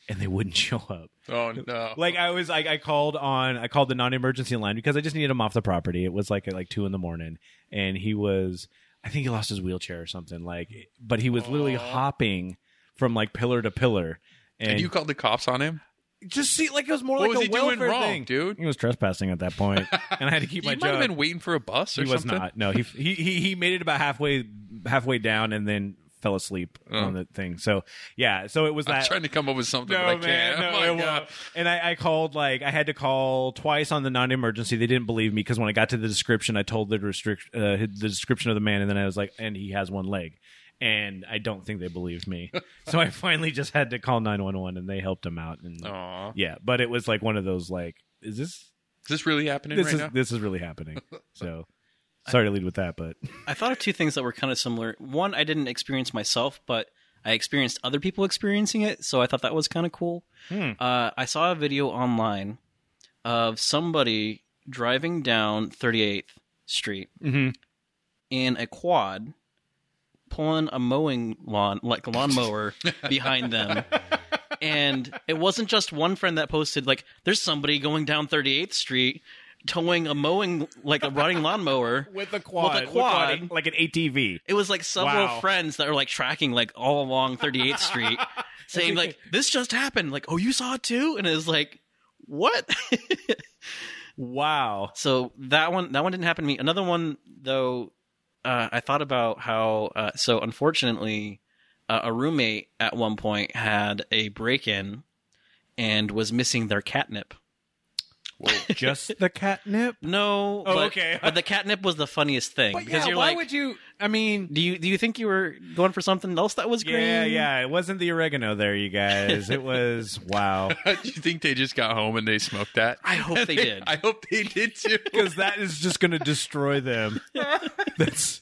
S2: and they wouldn't [LAUGHS] show up.
S3: Oh no.
S2: Like I was like I called on I called the non-emergency line because I just needed him off the property. It was like at like two in the morning, and he was I think he lost his wheelchair or something. Like, but he was literally hopping from like pillar to pillar, and,
S3: and you called the cops on him?
S2: just see like it was more
S3: What
S2: like
S3: was
S2: a
S3: he doing
S2: welfare
S3: wrong,
S2: thing.
S3: dude?
S2: He was trespassing at that
S3: [LAUGHS]
S2: point, and I had to keep
S3: You
S2: my
S3: might have
S2: job.
S3: been waiting for a bus or
S2: he was
S3: something. [LAUGHS]
S2: not. No, he, he he he made it about halfway halfway down and then fell asleep
S3: Oh.
S2: on the thing. So yeah, so it was
S3: I'm
S2: that.
S3: trying to come up with something,
S2: [LAUGHS] No,
S3: but I
S2: man.
S3: can't.
S2: No,
S3: Oh, [LAUGHS] my
S2: it
S3: God.
S2: won't. And I, I called, like, I had to call twice on the non emergency. They didn't believe me because when I got to the description, I told the, restrict, uh, the description of the man, and then I was like, and he has one leg. And I don't think they believed
S3: [LAUGHS]
S2: me. so I finally just had to call 911 and they helped him out. And
S3: Aw.
S2: yeah, but it was like one of those, like, is this.
S3: Is this really happening
S2: This
S3: right
S2: is
S3: now?
S2: this is really happening. So, sorry to lead with that, but
S5: I thought of two things that were kind of similar. One, I didn't experience myself, but I experienced other people experiencing it, so I thought that was kind of cool. Uh, I saw a video online of somebody driving down 38th Street in a quad, pulling a mowing lawn, like a [LAUGHS] lawnmower, behind them. And it wasn't just one friend that posted, like, there's somebody going down 38th Street towing a mowing, like a running lawnmower With a quad
S2: like an ATV.
S5: it was like several
S2: Wow.
S5: friends that were like tracking like all along 38th
S2: [LAUGHS]
S5: Street, saying like this just happened. Like, oh, you saw it too, and it was like, what? [LAUGHS]
S3: [LAUGHS]
S2: Wow.
S5: so that one, that one didn't happen to me. Another one though, uh, I thought about how. Uh, so unfortunately, uh, a roommate at one point had a break in and was missing their catnip.
S2: Just the catnip.
S5: No,
S2: Oh,
S5: but,
S2: okay. [LAUGHS]
S5: but the catnip was the funniest thing
S2: But
S5: because
S2: yeah,
S5: you're
S2: why
S5: like,
S2: would you? I mean,
S5: do you do you think you were going for something else that was green?
S2: Yeah, yeah. It wasn't the oregano there, you guys. It was wow.
S3: [LAUGHS] Do you think they just got home and they smoked that?
S5: I hope they did.
S3: I hope they
S2: [LAUGHS]
S3: did too.
S2: Because that is just gonna destroy
S3: [LAUGHS]
S2: them. That's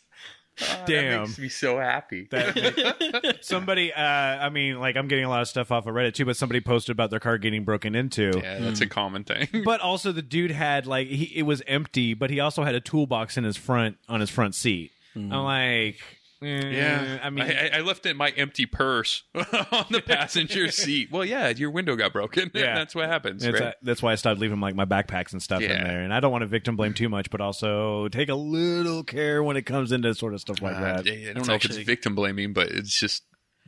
S2: damn.
S3: Oh, makes me so happy.
S2: That makes- somebody uh I mean, like I'm getting a lot of stuff off of Reddit too, but somebody posted about their car getting broken into.
S3: yeah, that's a common thing.
S2: Hmm. But also the dude had like he it was empty, but he also had a toolbox in his front on his front seat.
S3: Hmm.
S2: I'm like eh,
S3: [LAUGHS] Yeah,
S2: I mean
S3: I, I left in my empty purse [LAUGHS] on
S2: [LAUGHS]
S3: the passenger seat. Well, yeah, your window got broken. [LAUGHS]
S2: Yeah.
S3: that's what happens,
S2: It's-
S3: right?
S2: uh, that's why I started leaving like my backpacks and stuff in
S3: Yeah.
S2: there. And I don't want to victim blame too much, but also take a little care when it comes into sort of stuff like
S3: Uh,
S2: that.
S3: I don't know if
S5: actually-
S3: it's victim blaming, but it's just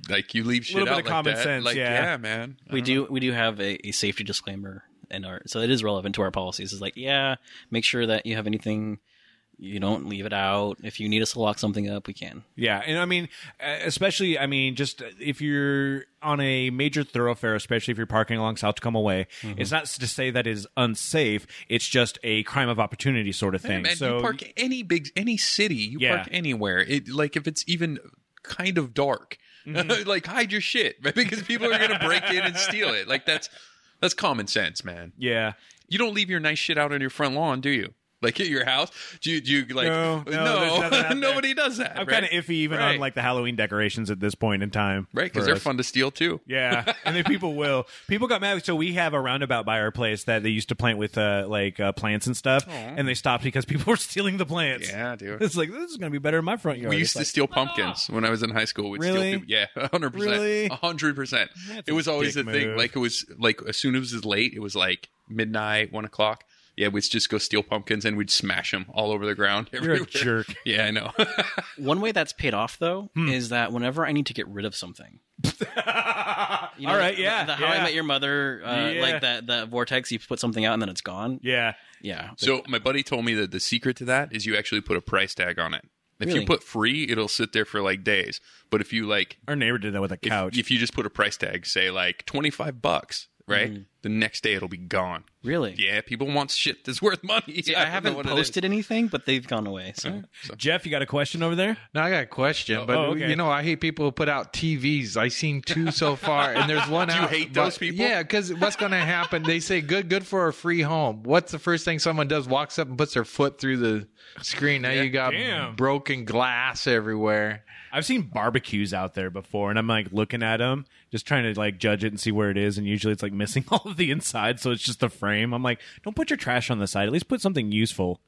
S3: like you leave shit
S2: Little bit
S3: out
S2: of
S3: like
S2: common
S3: that.
S2: sense,
S3: like,
S2: yeah.
S3: man.
S5: we do we do have a, a safety disclaimer in our so it is relevant to our policies is like yeah make sure that you have anything you don't leave it out if you need us to lock something up we can
S2: Yeah, and I mean, uh, especially I mean, just uh, if you're on a major thoroughfare, especially if you're parking along South Tacoma Way,
S3: Mm-hmm.
S2: it's not to say that is unsafe. It's just a crime of opportunity sort of
S3: Yeah,
S2: thing.
S3: man,
S2: so
S3: you park any big any city, you
S2: Yeah.
S3: park anywhere. It like if it's even kind of dark,
S2: Mm-hmm.
S3: [LAUGHS] like hide your shit man, because people are gonna break in and steal it. Like that's that's common sense, man.
S2: yeah,
S3: You don't leave your nice shit out on your front lawn, do you? Like at your house, do you, do you like
S2: No, no, there's
S3: [LAUGHS]
S2: nothing out there.
S3: nobody does that.
S2: I'm
S3: right?
S2: kind of iffy even on
S3: Right.
S2: like the Halloween decorations at this point in time,
S3: right because
S2: for
S3: they're
S2: us.
S3: fun to steal too. [LAUGHS]
S2: Yeah, and then people will. People got mad. So we have a roundabout by our place that they used to plant with uh, like uh, plants and stuff, and they stopped because people [LAUGHS] were stealing the plants.
S3: Yeah, dude.
S2: It's like this is gonna be better in my front yard.
S3: We
S2: It's
S3: used to steal pumpkins when I was in high school. We'd
S2: "Ah!" Really?
S3: steal people. Yeah, [LAUGHS] hundred
S2: Really?
S3: percent, hundred percent.
S2: That's
S3: It was
S2: a
S3: always the
S2: dick
S3: thing.
S2: move.
S3: Like it was like as soon as it was late, it was like midnight, one o'clock. Yeah, we'd just go steal pumpkins and we'd smash them all over the ground. [LAUGHS]
S2: like, you're
S3: Everywhere.
S2: a jerk.
S3: Yeah, I know. [LAUGHS]
S5: one way that's paid off though
S3: Hmm.
S5: is that whenever i need to get rid of something
S2: [LAUGHS]
S5: you know,
S2: All right,
S5: the-
S2: yeah,
S5: the, how
S2: yeah.
S5: i met your mother uh,
S2: Yeah.
S5: like that that vortex you put something out and then it's gone
S2: Yeah,
S5: yeah
S3: so my buddy told me that the secret to that is you actually put a price tag on it. If
S5: Really?
S3: you put free, it'll sit there for like days. But if you like
S2: our neighbor did that with a
S3: if,
S2: couch. Mm-hmm.
S3: if you just put a price tag, say like twenty five bucks, right? The next day it'll be gone.
S5: Really?
S3: Yeah, people want shit that's worth money.
S5: See,
S3: [LAUGHS] I,
S5: I,
S3: don't know
S5: haven't
S3: what it is.
S5: posted anything, but they've gone away. So
S2: Jeff, you got a question over there?
S4: Now I got a question, but
S2: oh, okay.
S4: you know I hate people who put out TVs. I've seen two so far, and there's one.
S3: [LAUGHS] Do you
S4: out,
S3: hate
S4: but-
S3: those people?
S4: Yeah, because what's going to happen? They say good, good for a free home. What's the first thing someone does? Walks up and puts their foot through the screen. Now you got
S2: damn.
S4: broken glass everywhere.
S2: I've seen barbecues out there before, and I'm like looking at them, just trying to like judge it and see where it is. And usually it's like missing [LAUGHS] all of the inside, so it's just the frame. I'm like, don't put your trash on the side. At least put something useful.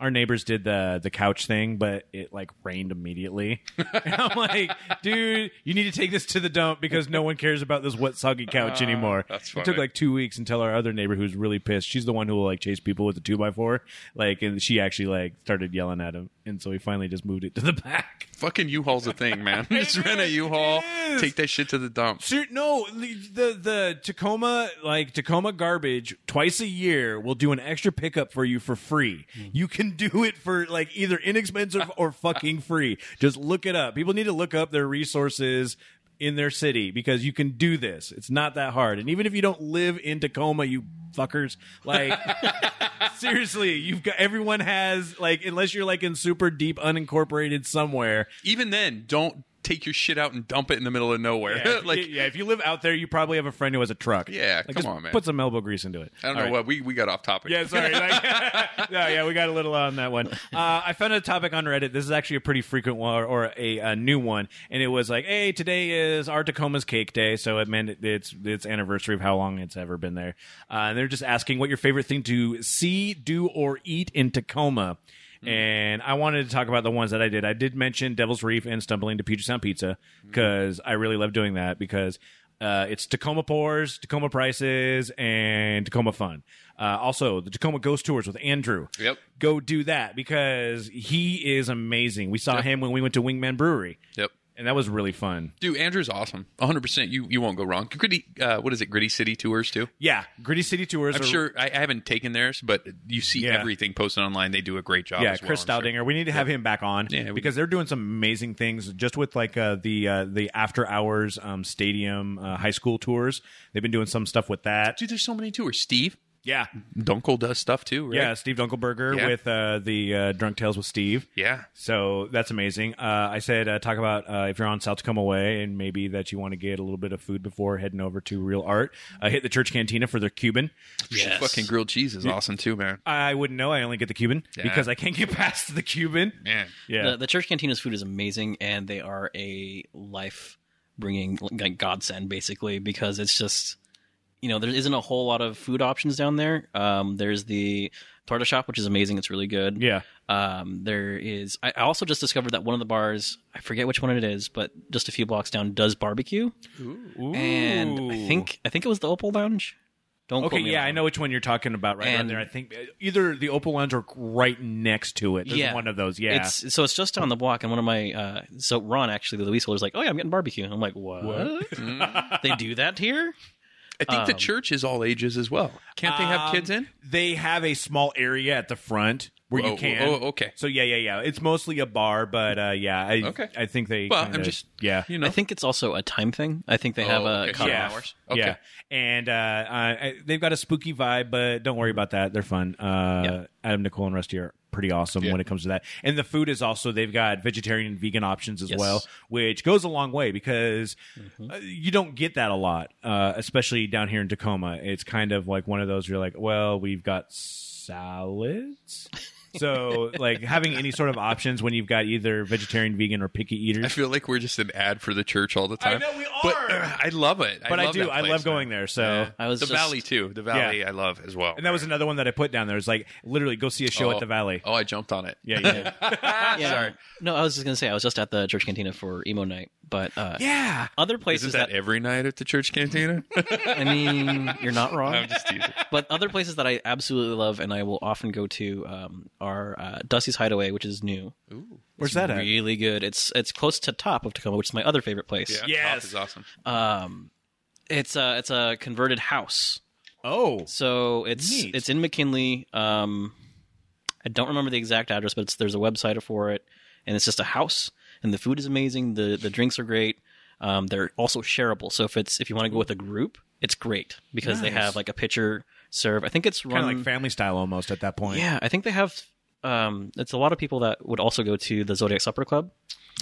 S2: Our neighbors did the the couch thing, but it like rained immediately. [LAUGHS] and I'm like, dude, you need to take this to the dump because no one cares about this wet soggy couch anymore.
S3: Ah, that's
S2: It took
S3: funny.
S2: like two weeks until our other neighbor who's really pissed. She's the one who will like chase people with the two by four. Like and she actually like started yelling at him. And so he finally just moved it to the [LAUGHS] back.
S3: Fucking U-Haul's a thing,
S2: [LAUGHS]
S3: man. Just rent a U-Haul,
S2: It is.
S3: take that shit to the dump.
S2: Ser- no, the, the the Tacoma like Tacoma garbage twice a year will do an extra pickup for you for free. You can do it for like either inexpensive or fucking free. Just look it up. People need to look up their resources in their city because you can do this. It's not that hard. And even if you don't live in Tacoma, you fuckers, like seriously, you've got everyone has like unless you're like in super deep unincorporated somewhere,
S3: Even then, don't take your shit out and dump it in the middle of nowhere.
S2: Yeah, if,
S3: [LAUGHS] like,
S2: yeah, if you live out there, you probably have a friend who has a truck.
S3: Yeah,
S2: like,
S3: come
S2: just
S3: on, man.
S2: Put some elbow grease into it.
S3: I don't know
S2: All right.
S3: what we, we got off topic.
S2: Yeah, sorry. Like, [LAUGHS] no, yeah, we got a little on that one. Uh, I found a topic on Reddit. This is actually a pretty frequent one or, or a, uh new one, and it was like, "Hey, today is our Tacoma's Cake Day," so it meant it- it's its anniversary of how long it's ever been there. Uh, and they're just asking what your favorite thing to see, do, or eat in Tacoma. And I wanted to talk about the ones that I did. I did mention Devil's Reef and stumbling to Puget Sound Pizza because I really love doing that because uh, it's Tacoma Pours, Tacoma Prices, and Tacoma Fun. Uh, also, the Tacoma Ghost Tours with Andrew.
S3: Yep.
S2: Go do that because he is amazing. We saw him when we went to Wingman Brewery,
S3: Yep.
S2: and that was really fun.
S3: Dude, Andrew's awesome. 100%. You you won't go wrong. Gritty, uh, what is it? Gritty City Tours, too?
S2: Yeah, Gritty City Tours.
S3: I'm
S2: are-
S3: sure I, I haven't taken theirs, but you see
S2: Yeah.
S3: everything posted online. They do a great job.
S2: Yeah,
S3: as well,
S2: Chris
S3: I'm sure.
S2: Staudinger. We need to have him back on
S3: Yeah, we
S2: because they're doing some amazing things just with like uh, the uh, the after hours um, stadium uh, high school tours. They've been doing some stuff with that.
S3: Dude, there's so many tours. Steve
S2: Yeah,
S3: Dunkel does stuff too, right?
S2: yeah. Steve Dunkelberger
S3: Yeah.
S2: with uh, the uh, Drunk Tales with Steve.
S3: Yeah.
S2: So that's amazing. Uh, I said uh, talk about uh, if you're on South Tacoma Way and maybe that you want to get a little bit of food before heading over to Real Art. Uh, hit the Church Cantina for their Cuban.
S5: Yes.
S3: Fucking grilled cheese is awesome too, man.
S2: I wouldn't know. I only get the Cuban
S3: Yeah.
S2: because I can't get [LAUGHS] past the Cuban. [LAUGHS]
S3: Man.
S2: Yeah.
S5: the, the church cantina's food is amazing, and they are a life bringing like godsend basically because it's just you know there isn't a whole lot of food options down there. Um, there's the torta shop, which is amazing. It's really good.
S2: yeah.
S5: Um, there is. I I also just discovered that one of the bars, I forget which one it is, but just a few blocks down does barbecue, and I
S2: Ooh.
S5: think I think it was the Opal Lounge. Don't quote
S2: Okay,
S5: me on
S2: yeah,
S5: that
S2: I
S5: one.
S2: know which one you're talking about right around
S5: And-
S2: there. I think uh, either the Opal Lounge or right next to it. There's
S5: Yeah.
S2: one of those. Yeah.
S5: It's so it's just down the block, and one of my uh, so Ron actually the leaseholder was like, "Oh yeah, I'm getting barbecue." And I'm like, "What? [LAUGHS]
S3: Mm.
S5: they do that here?"
S3: I think the
S5: Um,
S3: church is all ages as well. Can't they have kids in?
S2: Um, They have a small area at the front where
S3: Oh,
S2: you can.
S3: oh, okay.
S2: So yeah, yeah, yeah. It's mostly a bar, but uh, yeah, I,
S3: Okay.
S2: I think they.
S3: Well,
S2: kinda-
S3: I'm just
S2: yeah.
S3: You know,
S5: I think it's also a time thing. I think they have
S3: Oh,
S5: a
S3: okay.
S5: cutoff.
S3: Yeah. Okay.
S2: Yeah, and uh, uh, they've got a spooky vibe, but don't worry about that. They're fun. Uh, Adam, Nicole, and Rusty are pretty awesome when it comes to that. And the food is also they've got vegetarian and vegan options as
S5: Yes.
S2: well, which goes a long way because
S3: Mm-hmm.
S2: uh, you don't get that a lot, uh, especially down here in Tacoma. It's kind of like one of those where you're like, well, we've got
S3: [LAUGHS]
S2: salads. So, like having any sort of options when you've got either vegetarian, vegan, or picky
S3: I
S2: eaters.
S3: feel like we're just an ad for the church all the time.
S2: know, we
S3: But
S2: are.
S3: uh, [CLEARS THROAT] I love it.
S2: [CLEARS THROAT] But I,
S3: love
S2: do.
S3: that
S2: I
S3: place,
S2: love
S3: man.
S2: going there. So.
S3: Yeah.
S5: I was
S3: the
S5: just-
S3: valley too. The valley I love as well.
S2: And that was another one that I put down there. It's like literally go see a show at the Valley.
S3: Oh, I jumped on it. [LAUGHS]
S2: Yeah, you did. Ah,
S5: Yeah. No, I was just gonna say I was just at the church cantina for emo night, but uh,
S2: yeah.
S5: other
S3: Isn't
S5: places
S3: that,
S5: that,
S3: every night at the church [LAUGHS] cantina?
S5: I mean, you're not wrong.
S3: I'm just teasing. [LAUGHS]
S5: but other places that I absolutely love and I will often go to um, are uh, Dusty's Hideaway, which is new.
S2: Where's that at?
S5: Really good. It's it's close to Top of Tacoma, which is my other favorite place.
S3: Yeah,
S2: Yes.
S3: Top is awesome.
S5: Um, it's a it's a converted house,
S2: Oh,
S5: so it's
S2: Neat.
S5: it's in McKinley. Um, I don't remember the exact address, but it's, there's a website for it, and it's just a house. And the food is amazing. the The drinks are great. Um, they're also shareable. So if it's if you want to go with a group, it's great because they
S2: Nice.
S5: have like a pitcher serve. I think it's run
S2: Kind of like family style almost at that point.
S5: Um, yeah, I think they have. Um, it's a lot of people that would also go to the Zodiac Supper Club.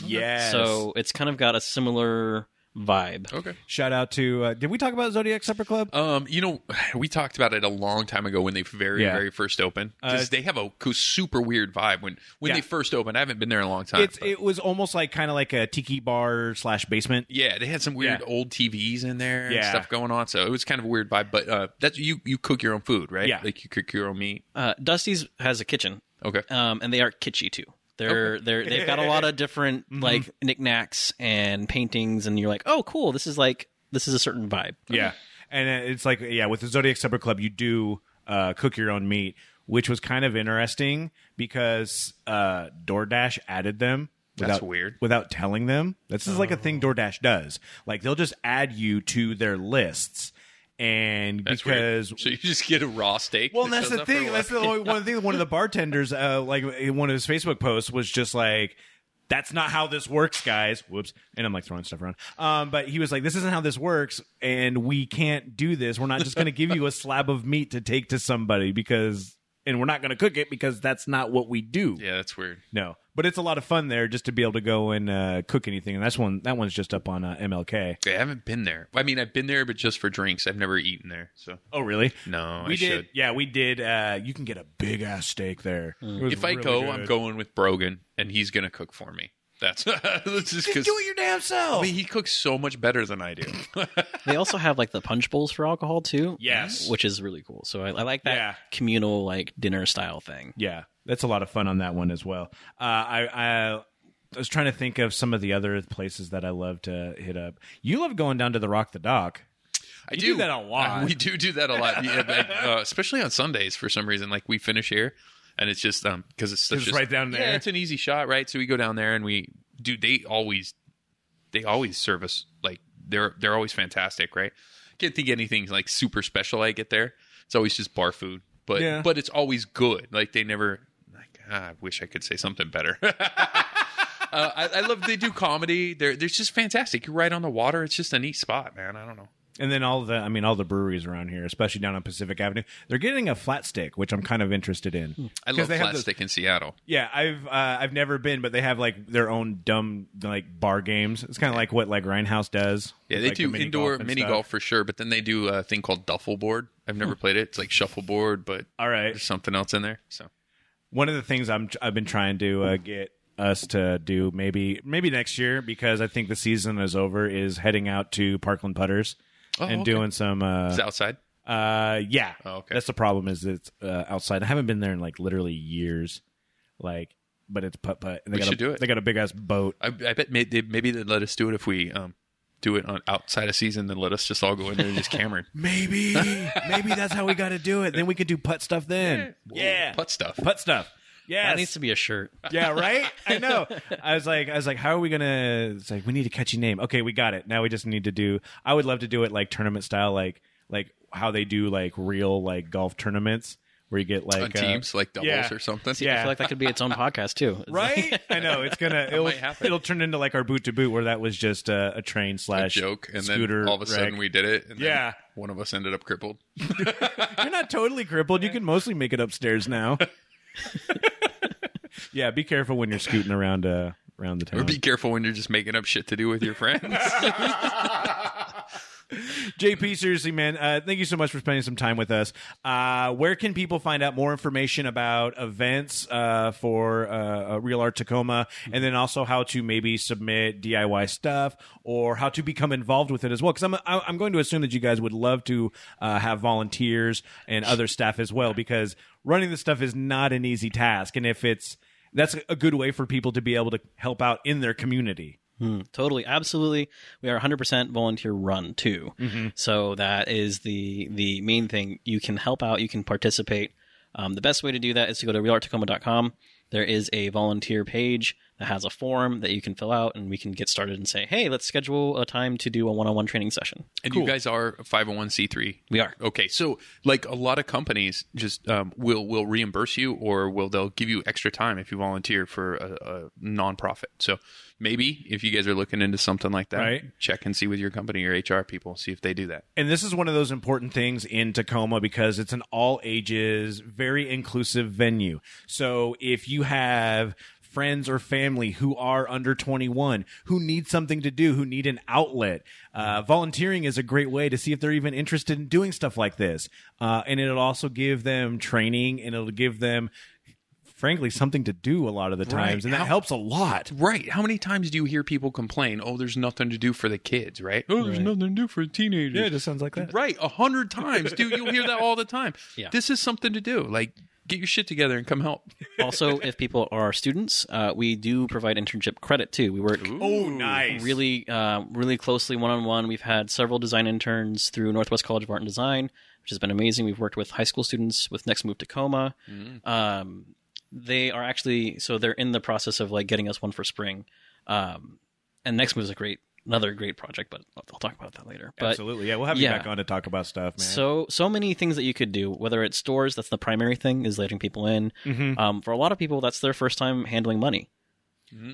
S2: Yes.
S5: So it's kind of got a similar vibe.
S3: Okay.
S2: shout out to uh, did we talk about Zodiac Supper Club?
S3: Um, you know, [SIGHS] we talked about it a long time ago when they very,
S2: Yeah.
S3: very first opened because
S2: Uh,
S3: they have a co- super weird vibe when when
S2: Yeah.
S3: they first opened. I haven't been there in a long time.
S2: It's
S3: but-
S2: it was almost like kind of like a tiki bar slash basement.
S3: yeah, they had some weird
S2: Yeah.
S3: old TVs in there and
S2: Yeah.
S3: stuff going on, so it was kind of a weird vibe. But uh, that's you you cook your own food, right?
S2: Yeah.
S3: like you cook your own meat.
S5: Uh, Dusty's has a kitchen,
S3: Okay,
S5: um, and they are kitschy too. They're they're they've got a lot of
S2: [LAUGHS]
S5: different
S2: Mm-hmm.
S5: like knickknacks and paintings, and you're like, oh, cool. This is like this is a certain vibe.
S2: Yeah. And uh, it's like, yeah, with the Zodiac Supper Club, you do uh, cook your own meat, which was kind of interesting because uh, DoorDash added them.
S3: That's weird. Oh.
S2: Without telling them. This is like a thing DoorDash does. Like, they'll just add you to their lists. And
S3: that's
S2: because.
S3: weird. [LAUGHS] so you just get a raw steak.
S2: Well,
S3: that
S2: that's
S3: shows
S2: the
S3: up for
S2: thing.
S3: a
S2: That's
S3: while.
S2: the only
S3: [LAUGHS]
S2: one thing. One of the bartenders, uh, like in one of his Facebook posts, was just like, "That's not how this works, guys." Whoops. And I'm like throwing stuff around. Um, but he was like, "This isn't how this works, and we can't do this. We're not just going to give you a slab of meat to take to somebody because, and we're not going to cook it because that's not what we do."
S3: yeah, that's weird.
S2: No, but it's a lot of fun there just to be able to go and uh, cook anything. And that's one. That one's just up on uh, MLK.
S3: I haven't been there. I mean, I've been there, but just for drinks. I've never eaten there, so
S2: Oh, really?
S3: no,
S2: We
S3: I
S2: did,
S3: should.
S2: yeah. We did. Uh, you can get a big ass steak there. It was
S3: If I
S2: really
S3: go,
S2: good.
S3: I'm going with Brogan, and he's gonna cook for me. That's [LAUGHS] that's just because
S2: your damn self.
S3: he cooks so much better than I do. [LAUGHS]
S5: they also have like the punch bowls for alcohol too.
S2: Yes.
S5: which is really cool. So I, I like that
S2: Yeah.
S5: communal like dinner style thing.
S2: yeah, that's a lot of fun on that one as well. Uh, I, I I was trying to think of some of the other places that I love to hit up. You love going down to the Rock the Dock.
S3: I
S2: You do
S3: [LAUGHS]
S2: that a lot.
S3: Uh, we do do that a lot, yeah, but, uh, especially on Sundays for some reason. Like we finish here, and it's just um because it's such
S2: It's
S3: just-
S2: right down there.
S3: Yeah, it's an easy shot, right? So we go down there and we do. They always they always service like they're they're always fantastic, right? Can't think anything like super special I get there. It's always just bar food, but
S2: Yeah.
S3: but it's always good. Like they never like ah, I wish I could say something better. [LAUGHS] uh, I, I love they do comedy. They're they're just fantastic. You're right on the water. It's just a neat spot, man. I don't know.
S2: And then all the, I mean, all the breweries around here, especially down on Pacific Avenue, they're getting a flat stick, which I'm kind of interested in.
S3: I
S2: 'Cause
S3: love
S2: they have
S3: flat
S2: those-
S3: stick in Seattle.
S2: Yeah, I've uh, I've never been, but they have like their own dumb like bar games. It's kind of like what like Rhinehouse does.
S3: Yeah,
S2: with,
S3: they
S2: like, the
S3: do indoor
S2: and
S3: mini
S2: stuff. Hmm.
S3: golf for sure, but then they do a thing called duffel board. I've never played it. It's like shuffleboard, but
S2: All right,
S3: there's something else in there. So
S2: one of the things I'm I've been trying to uh, get us to do maybe maybe next year because I think the season is over is heading out to Parkland Putters
S3: Oh,
S2: and
S3: okay.
S2: doing some uh,
S3: it's outside.
S2: uh yeah
S3: Oh, okay.
S2: that's the problem is it's uh, outside I haven't been there in like literally years like but it's putt putt and they
S3: We
S2: got
S3: should
S2: a,
S3: do it.
S2: they got a big ass boat
S3: I, I bet may, they, maybe they'd let us do it if we um, do it on outside of season. Then let us just all go in there and just camera [LAUGHS]
S2: maybe maybe that's how we got to do it then we could do putt stuff then yeah, [LAUGHS]
S3: putt stuff.
S2: putt stuff yeah
S5: That needs to be a shirt.
S2: Yeah, right. I know. I was like, I was like, how are we gonna? It's like we need a catchy name. Okay, we got it. Now we just need to do. I would love to do it like tournament style, like like how they do like real like golf tournaments where you get
S3: on
S2: like uh,
S3: teams like doubles
S2: yeah.
S3: or something.
S5: I
S2: Yeah.
S5: feel like that could be its
S2: [LAUGHS]
S5: own podcast too.
S2: Right, I know it's
S3: [LAUGHS]
S2: gonna it'll
S3: might happen.
S2: it'll turn into like our boot to boot where that was just uh, a train
S3: [LAUGHS] A
S2: slash
S3: joke, and
S2: scooter
S3: then all of a
S2: wreck.
S3: sudden we did it. And then
S2: Yeah.
S3: one of us ended up crippled.
S2: You're not totally
S3: [LAUGHS]
S2: crippled. You can mostly make it upstairs now. [LAUGHS] yeah, be careful when you're scooting around uh around the town.
S3: Or be careful when you're just making up shit to
S2: [LAUGHS]
S3: do with your friends.
S2: JP, seriously, man, uh, thank you so much for spending some time with us. Uh, where can people find out more information about events uh, for uh, uh, Real Art Tacoma, and then also how to maybe submit DIY stuff or how to become involved with it as well? Because I'm I- I'm going to assume that you guys would love to uh, have volunteers and other staff as well, because running this stuff is not an easy task, and if it's that's a good way for people to be able to help out in their community.
S5: Totally, absolutely. We are 100% volunteer run too. So that is the the main thing. You can help out, you can participate. Um, the best way to do that is to go to realarttacoma.com. There is a volunteer page that has a form that you can fill out, and we can get started and say, hey, let's schedule a time to do a one on one training session.
S3: And you guys are 501c3.
S5: We are.
S3: Okay, so like a lot of companies just um, will will reimburse you, or will they'll give you extra time if you volunteer for a, a nonprofit. So maybe if you guys are looking into something like that,
S2: Right.
S3: check and see with your company or HR people, see if they do that.
S2: And this is one of those important things in Tacoma because it's an all ages, very inclusive venue. So if you have friends or family who are under 21 who need something to do who need an outlet uh, volunteering is a great way to see if they're even interested in doing stuff like this uh, and it'll also give them training and it'll give them frankly something to do a lot of the times and that
S3: How-
S2: helps a lot
S3: Right. How many times do you hear people complain? Oh, there's nothing to do for the kids, right? Oh, there's nothing to do for teenagers.
S2: it just sounds like that
S3: Right, a hundred times, dude. You'll hear that all the [LAUGHS] time.
S5: Yeah.
S3: This is something to do. Like, get your shit together and come help.
S5: also, if people are students, uh, we do provide internship credit too. We work
S2: oh nice
S5: really, uh, really closely one on one. We've had several design interns through Northwest College of Art and Design, which has been amazing. We've worked with high school students with Next Move Tacoma.
S2: Mm.
S5: Um, they are actually so they're in the process of like getting us one for spring. Um, and Next Move is a great, another great project, but I'll, I'll talk about that later. But
S2: absolutely yeah we'll have
S5: yeah.
S2: you back on to talk about stuff man
S5: so so many things that you could do. Whether it's stores, that's the primary thing is letting people in.
S2: Mm-hmm.
S5: Um, for a lot of people, that's their first time handling money.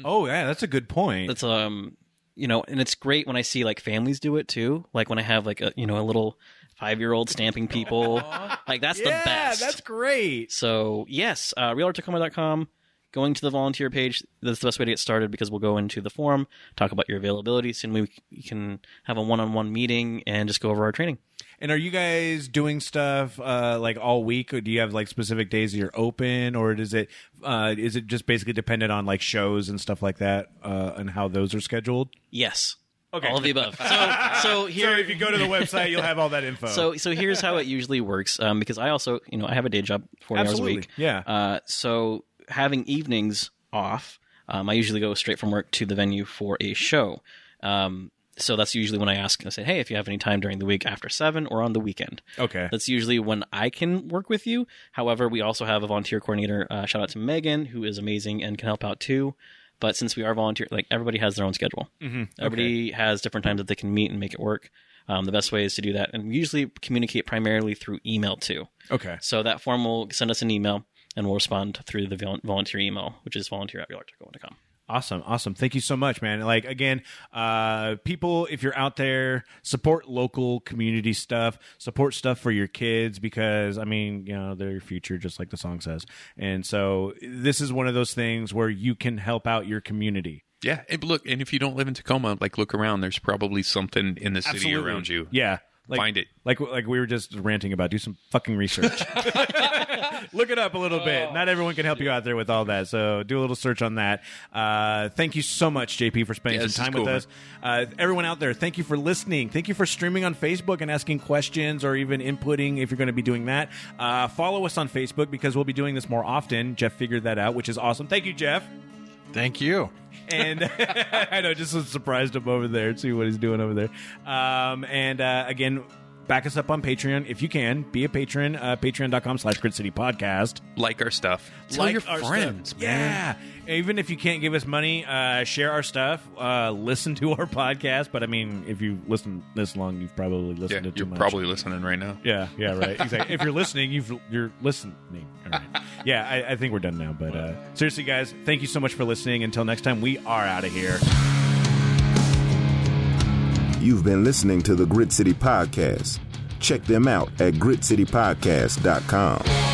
S2: oh yeah that's a good point
S5: That's um, you know, and it's great when I see like families do it too. Like when I have like a you know a little five year old stamping people. like that's the best.
S2: that's great.
S5: So yes, uh, realartacoma.com. Going to the volunteer page. That's the best way to get started because we'll go into the forum, talk about your availability, soon we we can have a one on one meeting and just go over our training.
S2: And are you guys doing stuff uh, like all week, or do you have like specific days that you're open, or is it uh, is it just basically dependent on like shows and stuff like that uh, and how those are scheduled? Ah,
S5: Yes. Okay. All of the
S2: [LAUGHS]
S5: above. So, so here,
S2: if you go to the website, you'll have all that
S5: [LAUGHS]
S2: info.
S5: so so here's how it usually works. Um, because I also, you know, I have a day job, forty hours
S2: Absolutely.
S5: a week.
S2: Yeah.
S5: Uh, so having evenings off, um, I usually go straight from work to the venue for a show. Um, so that's usually when I ask. I say, hey, if you have any time during the week after seven or on the weekend.
S2: okay,
S5: That's usually when I can work with you. However, we also have a volunteer coordinator. Uh, shout out to Megan, who is amazing and can help out too. But since we are volunteer, like everybody has their own schedule. Mm-hmm. Everybody has different times that they can meet and make it work. Um, the best way is to do that, and we usually communicate primarily through email too.
S2: okay,
S5: So that form will send us an email, and we'll respond through the vol- volunteer email, which is volunteer at realarticle.com.
S2: awesome, awesome. Thank you so much, man. Like again, uh, people, if you're out there, support local community stuff, support stuff for your kids because I mean, you know, they're your future, just like the song says. And so this is one of those things where you can help out your community.
S3: Yeah. And look, and if you don't live in Tacoma, like look around. There's probably something in the city
S2: Absolutely.
S3: around you.
S2: Yeah. Like,
S3: Find it.
S2: Like like we were just ranting about. Do some fucking
S3: [LAUGHS]
S2: research. Look it up a little
S3: Oh,
S2: bit. Not everyone can help you out there with all that. So do a little search on that. Uh, thank you so much, JP, for spending
S3: Yeah, this
S2: some
S3: is
S2: time
S3: cool,
S2: with us. Uh, everyone out there, thank you for listening. Thank you for streaming on Facebook and asking questions or even inputting if you're going to be doing that. Uh, follow us on Facebook because we'll be doing this more often. Jeff figured that out, which is awesome. Thank you, Jeff.
S4: Thank you.
S2: and [LAUGHS] I know just was surprised him over there see what he's doing over there. Um, and uh, again, back us up on Patreon if you can. Be a patron. Uh, Patreon.com slash Grid City Podcast.
S3: Like our stuff. Tell
S2: Like
S3: your
S2: our
S3: friends,
S2: stuff. Yeah.
S3: man.
S2: Even if you can't give us money, uh, share our stuff. Uh, listen to our podcast. But I mean, if you listen this long, you've probably listened to too
S3: you're
S2: much.
S3: probably listening right now.
S2: Yeah, yeah, right. Exactly. if you're listening, you've you're listening. All right. Yeah, I, I think we're done now. But uh, seriously, guys, thank you so much for listening. Until next time, we are out of here.
S8: You've been listening to the Grid City Podcast. Check them out at gritcitypodcast.com.